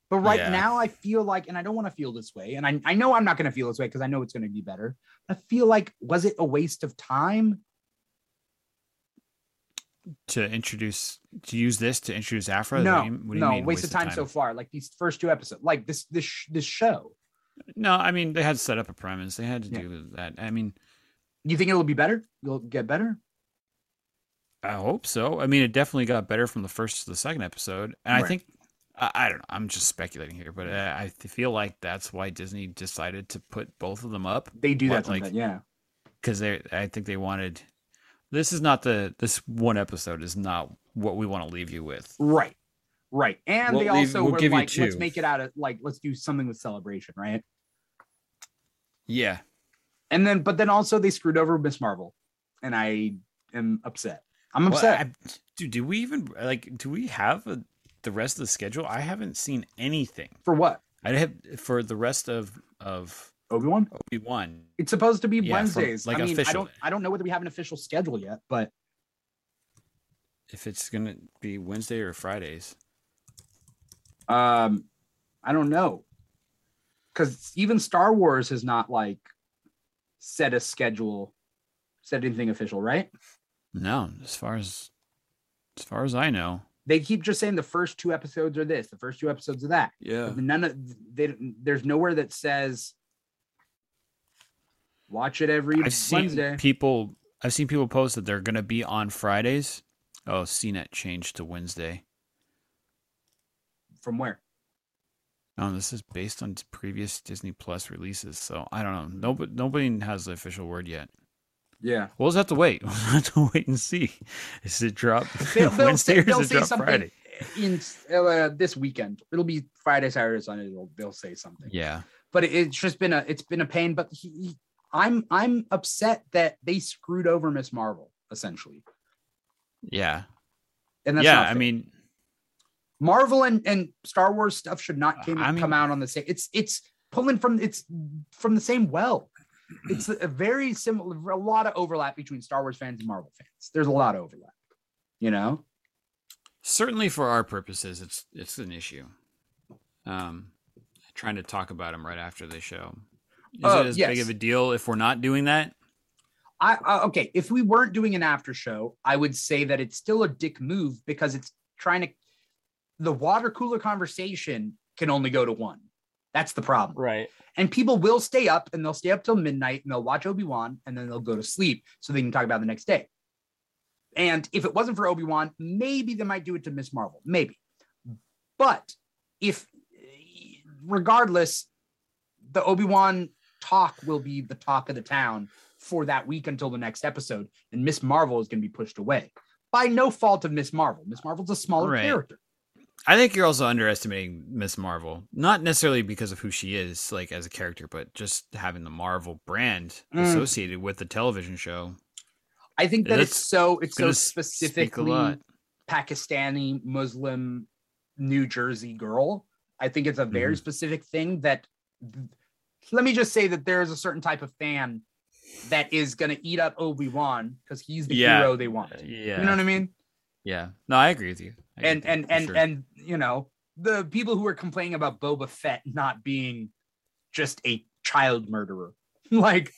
S1: But right
S2: Yeah.
S1: now I feel like, and I don't want to feel this way, and I, I know I'm not going to feel this way because I know it's going to be better. I feel like was it a waste of time?
S2: To introduce, to use this to introduce Afra?
S1: no,
S2: What do you- what do you
S1: no,
S2: mean,
S1: waste, of time, so far. Like these first two episodes, like this this sh- this show.
S2: No, I mean, they had set up a premise. They had to
S1: Yeah.
S2: do that. I mean,
S1: You think it'll be better? You'll get better.
S2: I hope so. I mean, it definitely got better from the first to the second episode, and I
S1: Right.
S2: think I, I don't know. I'm just speculating here, but uh, I, I feel like that's why Disney decided to put both of them up
S1: They do
S2: What,
S1: that, like
S2: like-
S1: yeah,
S2: because they. I think they wanted. This is not the. This one episode is not what we want to leave you with.
S1: right, right. And
S2: We'll
S1: they
S2: leave-
S1: also
S2: we'll
S1: were
S2: give you
S1: like, let's
S2: two.
S1: make it out of like let's do something with celebration, right?
S2: Yeah,
S1: And then, but then also they screwed over Miss Marvel, and I am upset. I'm
S2: Well,
S1: upset.
S2: I- dude, do we even like? Do we have a, the rest of the schedule? I haven't seen anything.
S1: for what?
S2: I have for the rest of of
S1: Obi Wan.
S2: Obi Wan.
S1: It's supposed to be
S2: Yeah, from-
S1: Wednesdays.
S2: like,
S1: I mean, I
S2: official.
S1: don't, I don't know whether we have an official schedule yet, but
S2: If it's gonna be Wednesday or Fridays.
S1: um, I don't know because even Star Wars has not like set a schedule, set anything official, right?
S2: No, as far as as far as I know.
S1: They keep just saying the first two episodes are this, the first two episodes are that.
S2: Yeah.
S1: None of they, there's nowhere that says watch it every
S2: I've seen
S1: Wednesday.
S2: people I've seen people post that they're gonna be on Fridays. Oh, CNET changed to Wednesday.
S1: From where?
S2: Oh, this is based on previous Disney Plus releases, so I don't know. Nobody nobody has the official word yet.
S1: Yeah,
S2: We'll just have to wait. We'll have to wait and see. Is it drop
S1: they'll, they'll
S2: Wednesday
S1: say,
S2: or
S1: they'll
S2: is it
S1: say
S2: drop
S1: something
S2: Friday?
S1: in uh, this weekend. It'll be Friday, Saturday, Sunday. They'll, they'll say something.
S2: Yeah.
S1: But it, it's just been a it's been a pain. But he, he- I'm I'm upset that they screwed over Miss Marvel essentially,
S2: Yeah.
S1: and that's
S2: Yeah.
S1: not
S2: I
S1: fair.
S2: mean,
S1: Marvel and and Star Wars stuff should not came,
S2: Uh, I mean-
S1: come out on the same. It's it's pulling from it's from the same well. It's a very similar, a lot of overlap between Star Wars fans and Marvel fans. There's a lot of overlap, you know.
S2: certainly for our purposes it's it's an issue um trying to talk about them right after the show is
S1: Oh,
S2: it as big
S1: yes.
S2: of a deal if we're not doing that
S1: I, I okay. If we weren't doing an after show, I would say that it's still a dick move because it's trying to. The water cooler conversation can only go to one. That's the problem.
S2: right
S1: And people will stay up and they'll stay up till midnight and they'll watch Obi Wan and then they'll go to sleep so they can talk about it the next day. And if it wasn't for Obi Wan, maybe they might do it to Miss Marvel, maybe. But if, regardless, the Obi Wan talk will be the talk of the town for that week until the next episode, and Miss Marvel is going to be pushed away by no fault of Miss Marvel. Miss Marvel's a smaller
S2: Right.
S1: character.
S2: i think you're also underestimating miss marvel not necessarily because of who she is like as a character but just having the marvel brand
S1: Mm.
S2: associated with the television show
S1: I think that it's
S2: That's
S1: so it's so
S2: gonna speak a
S1: specifically
S2: lot.
S1: Pakistani Muslim New Jersey girl. I think it's a very
S2: Mm-hmm.
S1: specific thing that let me just say that there is a certain type of fan that is going to eat up Obi-Wan because he's the
S2: Yeah. Uh,
S1: hero they want.
S2: yeah
S1: You know what I mean?
S2: yeah no i agree with you I agree
S1: And
S2: with you,
S1: and
S2: for
S1: and
S2: sure.
S1: and you know, the people who are complaining about Boba Fett not being just a child murderer. like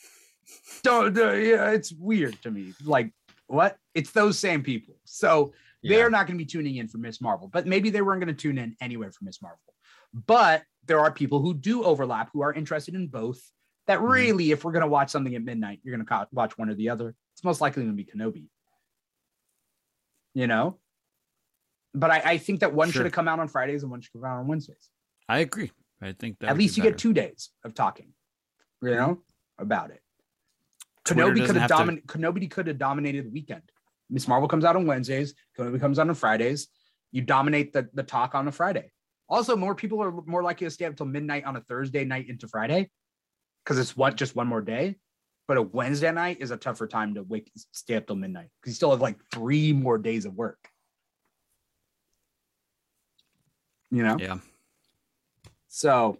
S1: don't uh, yeah, it's weird to me. Like what? It's those same people. So
S2: Yeah.
S1: they're not going to be tuning in for Miss Marvel, but maybe they weren't going to tune in anywhere for Miss Marvel. But there are people who do overlap who are interested in both. That
S2: Mhm.
S1: really, if we're going to watch something at midnight, you're going to watch one or the other. It's most likely going to be Kenobi. You know? But I, I think that one
S2: Sure.
S1: should have come out on Fridays and one should come out on Wednesdays.
S2: i agree i think that
S1: at
S2: would be
S1: least you
S2: better. Mm-hmm.
S1: get two days of talking, you know, about it.
S2: Twitter
S1: Kenobi
S2: doesn't
S1: could have
S2: have to-
S1: dominated. Kenobi could have dominated the weekend. Miss Marvel comes out on Wednesdays. Kenobi comes out on Fridays. You dominate the, the talk on a Friday. Also, more people are more likely to stay up till midnight on a Thursday night into Friday because it's what just one more day. But a Wednesday night is a tougher time to wake stay up till midnight because you still have like three more days of work. you know
S2: Yeah.
S1: so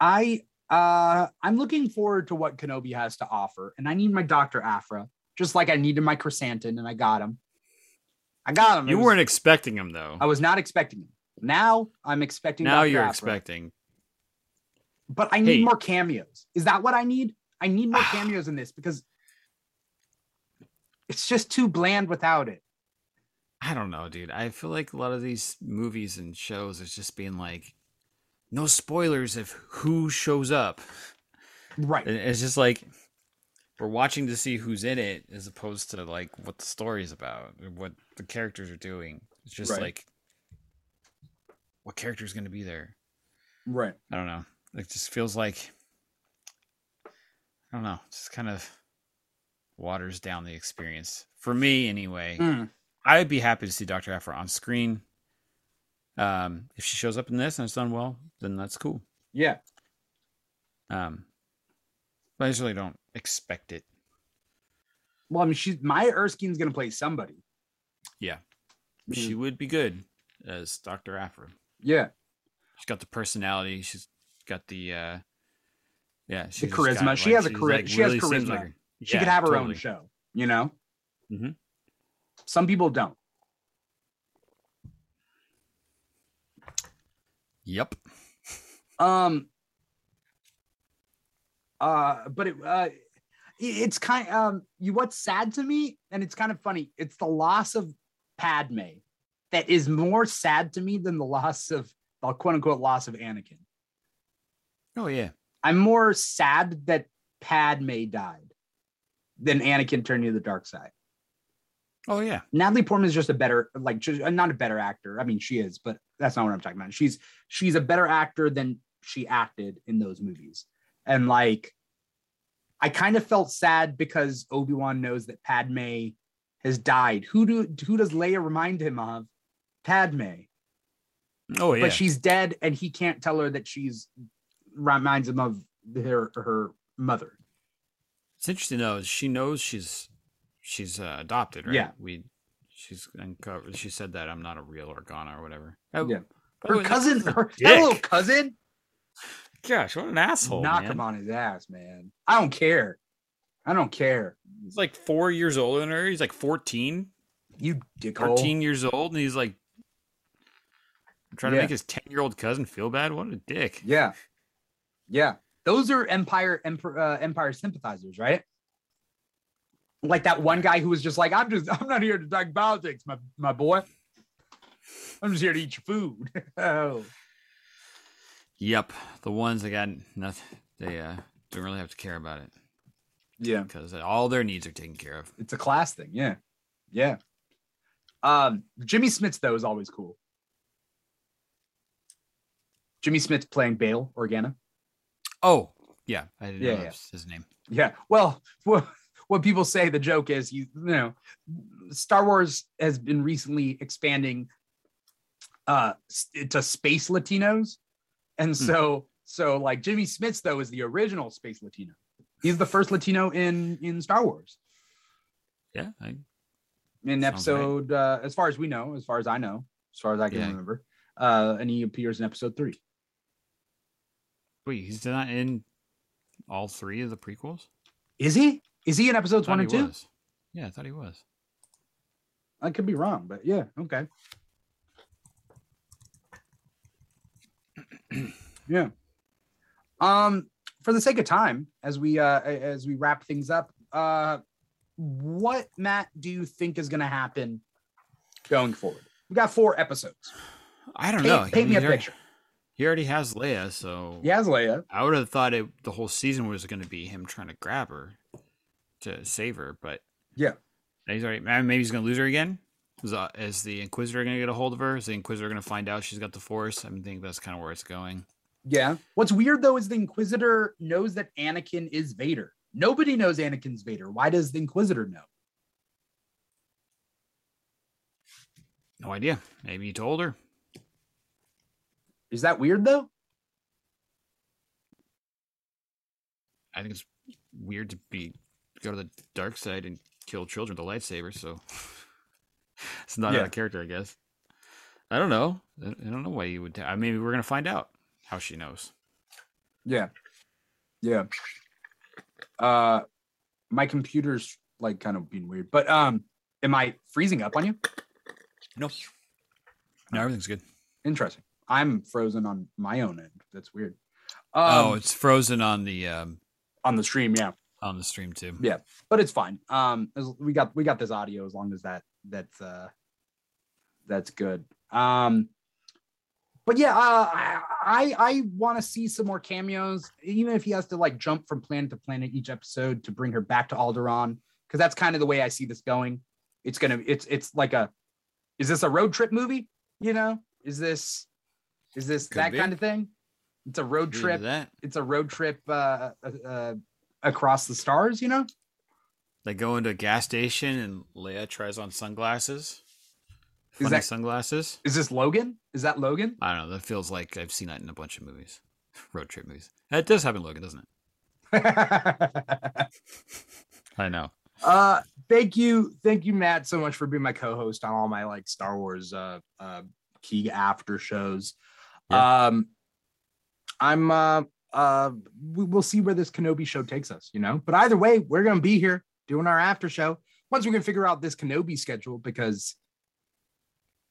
S1: i uh i'm looking forward to what kenobi has to offer and i need my dr afra just like i needed my chrysanthemum and i got him i got him It
S2: You
S1: was-
S2: weren't expecting him though.
S1: i was not expecting him now i'm expecting
S2: Now
S1: Dr.
S2: you're
S1: Aphra.
S2: expecting.
S1: but i need
S2: Hey.
S1: more cameos is that what i need i need more cameos in this because it's just too bland without it
S2: I don't know, dude. I feel like a lot of these movies and shows is just being like, no spoilers of who shows up.
S1: right
S2: And It's just like we're watching to see who's in it as opposed to like what the story is about or what the characters are doing. It's just
S1: Right.
S2: like what character is going to be there.
S1: right
S2: I don't know. It just feels like I don't know. Just kind of waters down the experience for me, anyway.
S1: Mm,
S2: I'd be happy to see Doctor Afra on screen. Um, if she shows up in this and it's done well, then that's cool.
S1: yeah
S2: Um, but I just really don't expect it.
S1: well i mean she's maya erskine's gonna play somebody
S2: She
S1: Hmm.
S2: would be good as Doctor Afra.
S1: yeah
S2: She's got the personality. She's got the uh, yeah, she's just
S1: charisma.
S2: got it,
S1: She has a
S2: she's,
S1: chari- she has
S2: seems
S1: charisma.
S2: her.
S1: she could
S2: Yeah,
S1: have her own
S2: totally.
S1: show you know
S2: Mhm.
S1: some people don't
S2: Yep.
S1: um uh but it uh i- it's kind um you what's sad to me and it's kind of funny it's the loss of padme that is more sad to me than the loss of the quote unquote loss of anakin
S2: Oh yeah.
S1: i'm more sad that padme died than anakin turned to the dark side
S2: Oh yeah.
S1: Natalie Portman is just a better, like, just, not a better actor. I mean, she is, but that's not what I'm talking about. She's she's a better actor than she acted in those movies. And like, I kind of felt sad because Obi Wan knows that Padme has died. Who do who does Leia remind him of? Padme,
S2: Oh yeah.
S1: but she's dead, and he can't tell her that she's reminds him of her her mother.
S2: It's interesting though. is She knows she's she's uh, adopted, right?
S1: Yeah.
S2: We she's uncovered. She said that I'm not a real Organa or whatever. Oh,
S1: Yeah.
S2: by the
S1: Her
S2: way, that
S1: cousin,
S2: cousin's a
S1: her
S2: dick.
S1: hello cousin,
S2: Gosh, what an asshole!
S1: knock
S2: man.
S1: him on his ass, man. I don't care. I don't care.
S2: He's like four years older than her. He's like 14,
S1: You dickhole.
S2: 13 years old, and he's like trying
S1: Yeah.
S2: to make his ten year old cousin feel bad. What a dick!
S1: Yeah. Yeah. Those are Empire Empire, uh, Empire sympathizers, right? Like that one guy who was just like, I'm just, I'm not here to talk politics, my, my boy. I'm just here to eat your food. oh,
S2: Yep, the ones that got nothing. They uh, don't really have to care about it
S1: yeah.
S2: because all their needs are taken care of.
S1: It's a class thing. Yeah. Yeah. Um, Jimmy Smits, though, is always cool. Jimmy Smits playing Bale, Organa.
S2: Oh yeah, I didn't
S1: Yeah,
S2: know
S1: yeah.
S2: that was his name.
S1: Yeah. Well, what, what people say the joke is you, you know, Star Wars has been recently expanding uh s- to space Latinos.
S2: Hmm.
S1: And so so like Jimmy Smits though is the original space Latino. He's the first Latino in in Star Wars.
S2: Yeah, I,
S1: In
S2: Sounds right.
S1: episode uh as far as we know, as far as I know, as far as I can
S2: Yeah.
S1: remember. Uh and he appears in episode 3.
S2: Wait, he's not in all three of the prequels?
S1: Is he? Is he in
S2: I
S1: episodes
S2: thought
S1: 1
S2: he
S1: and 2?
S2: was. Yeah, I thought he was.
S1: I could be wrong, but yeah, okay. yeah. Um, for the sake of time, as we uh a- as we wrap things up, uh what Matt do you think is gonna happen going forward? We got four episodes.
S2: I don't
S1: Paint,
S2: know.
S1: paint me
S2: He
S1: a
S2: already-
S1: picture.
S2: He already has Leia, so
S1: He has Leia.
S2: I would have thought it, the whole season was going to be him trying to grab her to save her, but
S1: Yeah.
S2: now he's already man, maybe he's going to lose her again. Is, uh, is the Inquisitor going to get a hold of her? Is the Inquisitor going to find out she's got the Force? I think that's kind of where it's going.
S1: Yeah. What's weird though is the Inquisitor knows that Anakin is Vader. Nobody knows Anakin's Vader. Why does the Inquisitor know?
S2: No idea. Maybe he told her.
S1: Is that weird though?
S2: I think it's weird to be go to the dark side and kill children with a lightsaber. So it's not out
S1: Yeah.
S2: of character, I guess. I don't know. I I don't know why you would. I mean, we're gonna find out how she knows.
S1: Yeah. Yeah. Uh my computer's like kind of being weird. But um am I freezing up on you?
S2: No. No, everything's good.
S1: Interesting. I'm frozen on my own end. That's weird. Um,
S2: oh, it's frozen on the um,
S1: on the stream, yeah.
S2: on the stream too.
S1: Yeah. But it's fine. Um as- we got we got this audio as long as that that's uh that's good. Um but yeah, uh, I I, I want to see some more cameos, even if he has to like jump from planet to planet each episode to bring her back to Alderaan, because that's kind of the way I see this going. It's gonna it's it's like a is this a road trip movie? You know, is this is this
S2: Could
S1: that
S2: be.
S1: kind of thing? It's a road
S2: Agree to
S1: trip.
S2: that
S1: It's a road trip uh, uh, uh, across the stars. You know,
S2: they go into a gas station and Leia tries on sunglasses.
S1: Is
S2: Funny
S1: that-
S2: sunglasses.
S1: is this Logan? Is that Logan?
S2: I don't know. That feels like I've seen that in a bunch of movies, road trip movies. That does happen, Logan, doesn't it?
S1: uh
S2: I know.
S1: thank you thank you matt so much for being my co-host on all my like star wars uh uh key after shows um i'm uh uh we, we'll see where this kenobi show takes us you know but either way we're gonna be here doing our after show once we can figure out this kenobi schedule because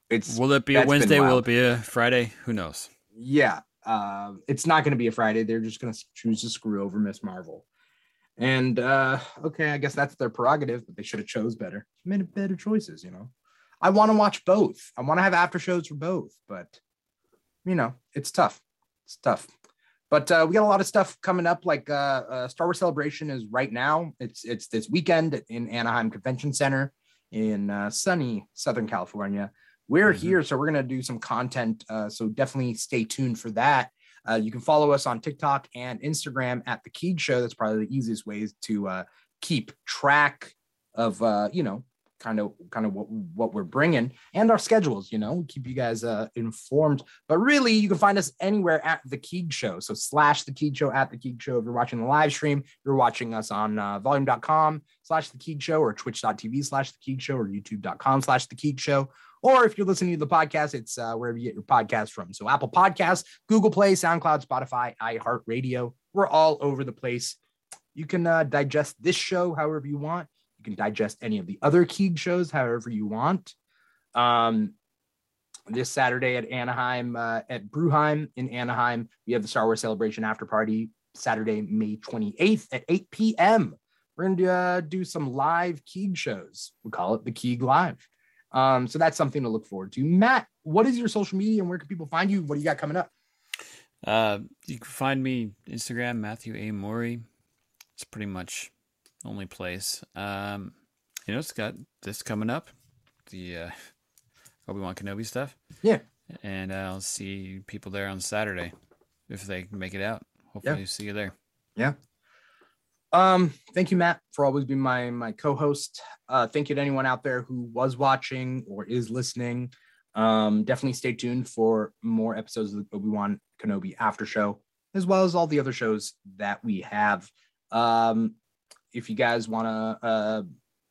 S1: it's
S2: Will it be
S1: That's
S2: a
S1: been
S2: Wednesday? Will
S1: wild.
S2: it be a Friday? Who knows?
S1: yeah, uh, it's not going to be a Friday. They're just going to choose to screw over Miss Marvel. And uh, okay, I guess that's their prerogative, but they should have chose better, made better choices. You know, I want to watch both. I want to have after shows for both, but you know, it's tough. It's tough. But uh, we got a lot of stuff coming up. Like uh, uh, Star Wars Celebration is right now. It's it's this weekend in Anaheim Convention Center in uh, sunny Southern California. We're
S2: Mhm.
S1: here, so we're gonna do some content. Uh, so definitely stay tuned for that. Uh, you can follow us on TikTok and Instagram at the Keeg Show. That's probably the easiest ways to uh, keep track of uh, you know kind of kind of what what we're bringing and our schedules. You know, we keep you guys uh, informed. But really, you can find us anywhere at the Keeg Show. So slash the Keeg Show at the Keeg Show. If you're watching the live stream, you're watching us on uh, volume.com slash the Keeg Show or twitch.tv slash the Keeg Show or youtube.com slash the Keeg Show. Or if you're listening to the podcast, it's uh, wherever you get your podcast from. So Apple Podcasts, Google Play, SoundCloud, Spotify, iHeartRadio. We're all over the place. You can uh, digest this show however you want. You can digest any of the other Keeg shows however you want. Um, this Saturday at Anaheim, uh, at Brewheim in Anaheim. We have the Star Wars Celebration After Party Saturday, May 28th at 8 p.m. We're going to uh, do some live Keeg shows. We call it the Keeg Live. Um, so that's something to look forward to. Matt, what is your social media and where can people find you? What do you got coming up?
S2: Uh, you can find me Instagram Matthew A Mori. It's pretty much only place. Um, you know, it's got this coming up, the uh, Obi Wan Kenobi stuff.
S1: Yeah.
S2: and I'll see people there on Saturday if they can make it out. Hopefully, see you there.
S1: Um, thank you, Matt, for always being my my co-host. Uh, thank you to anyone out there who was watching or is listening. Um, definitely stay tuned for more episodes of the Obi Wan Kenobi After Show, as well as all the other shows that we have. Um, if you guys want to uh,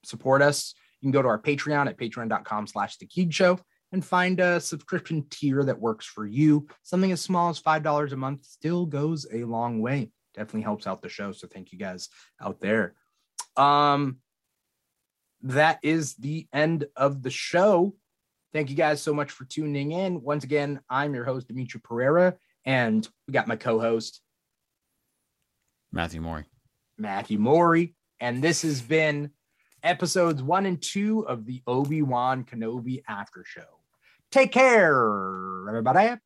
S1: support us, you can go to our Patreon at patreon.com/slash The Keeg Show and find a subscription tier that works for you. Something as small as five dollars a month still goes a long way. Definitely helps out the show. So thank you guys out there. Um, that is the end of the show. Thank you guys so much for tuning in. Once again, I'm your host, Dimitri Pereira, and we got my co host,
S2: Matthew Mori.
S1: Matthew Mori. And this has been episodes one and two of the Obi Wan Kenobi After Show. Take care, everybody.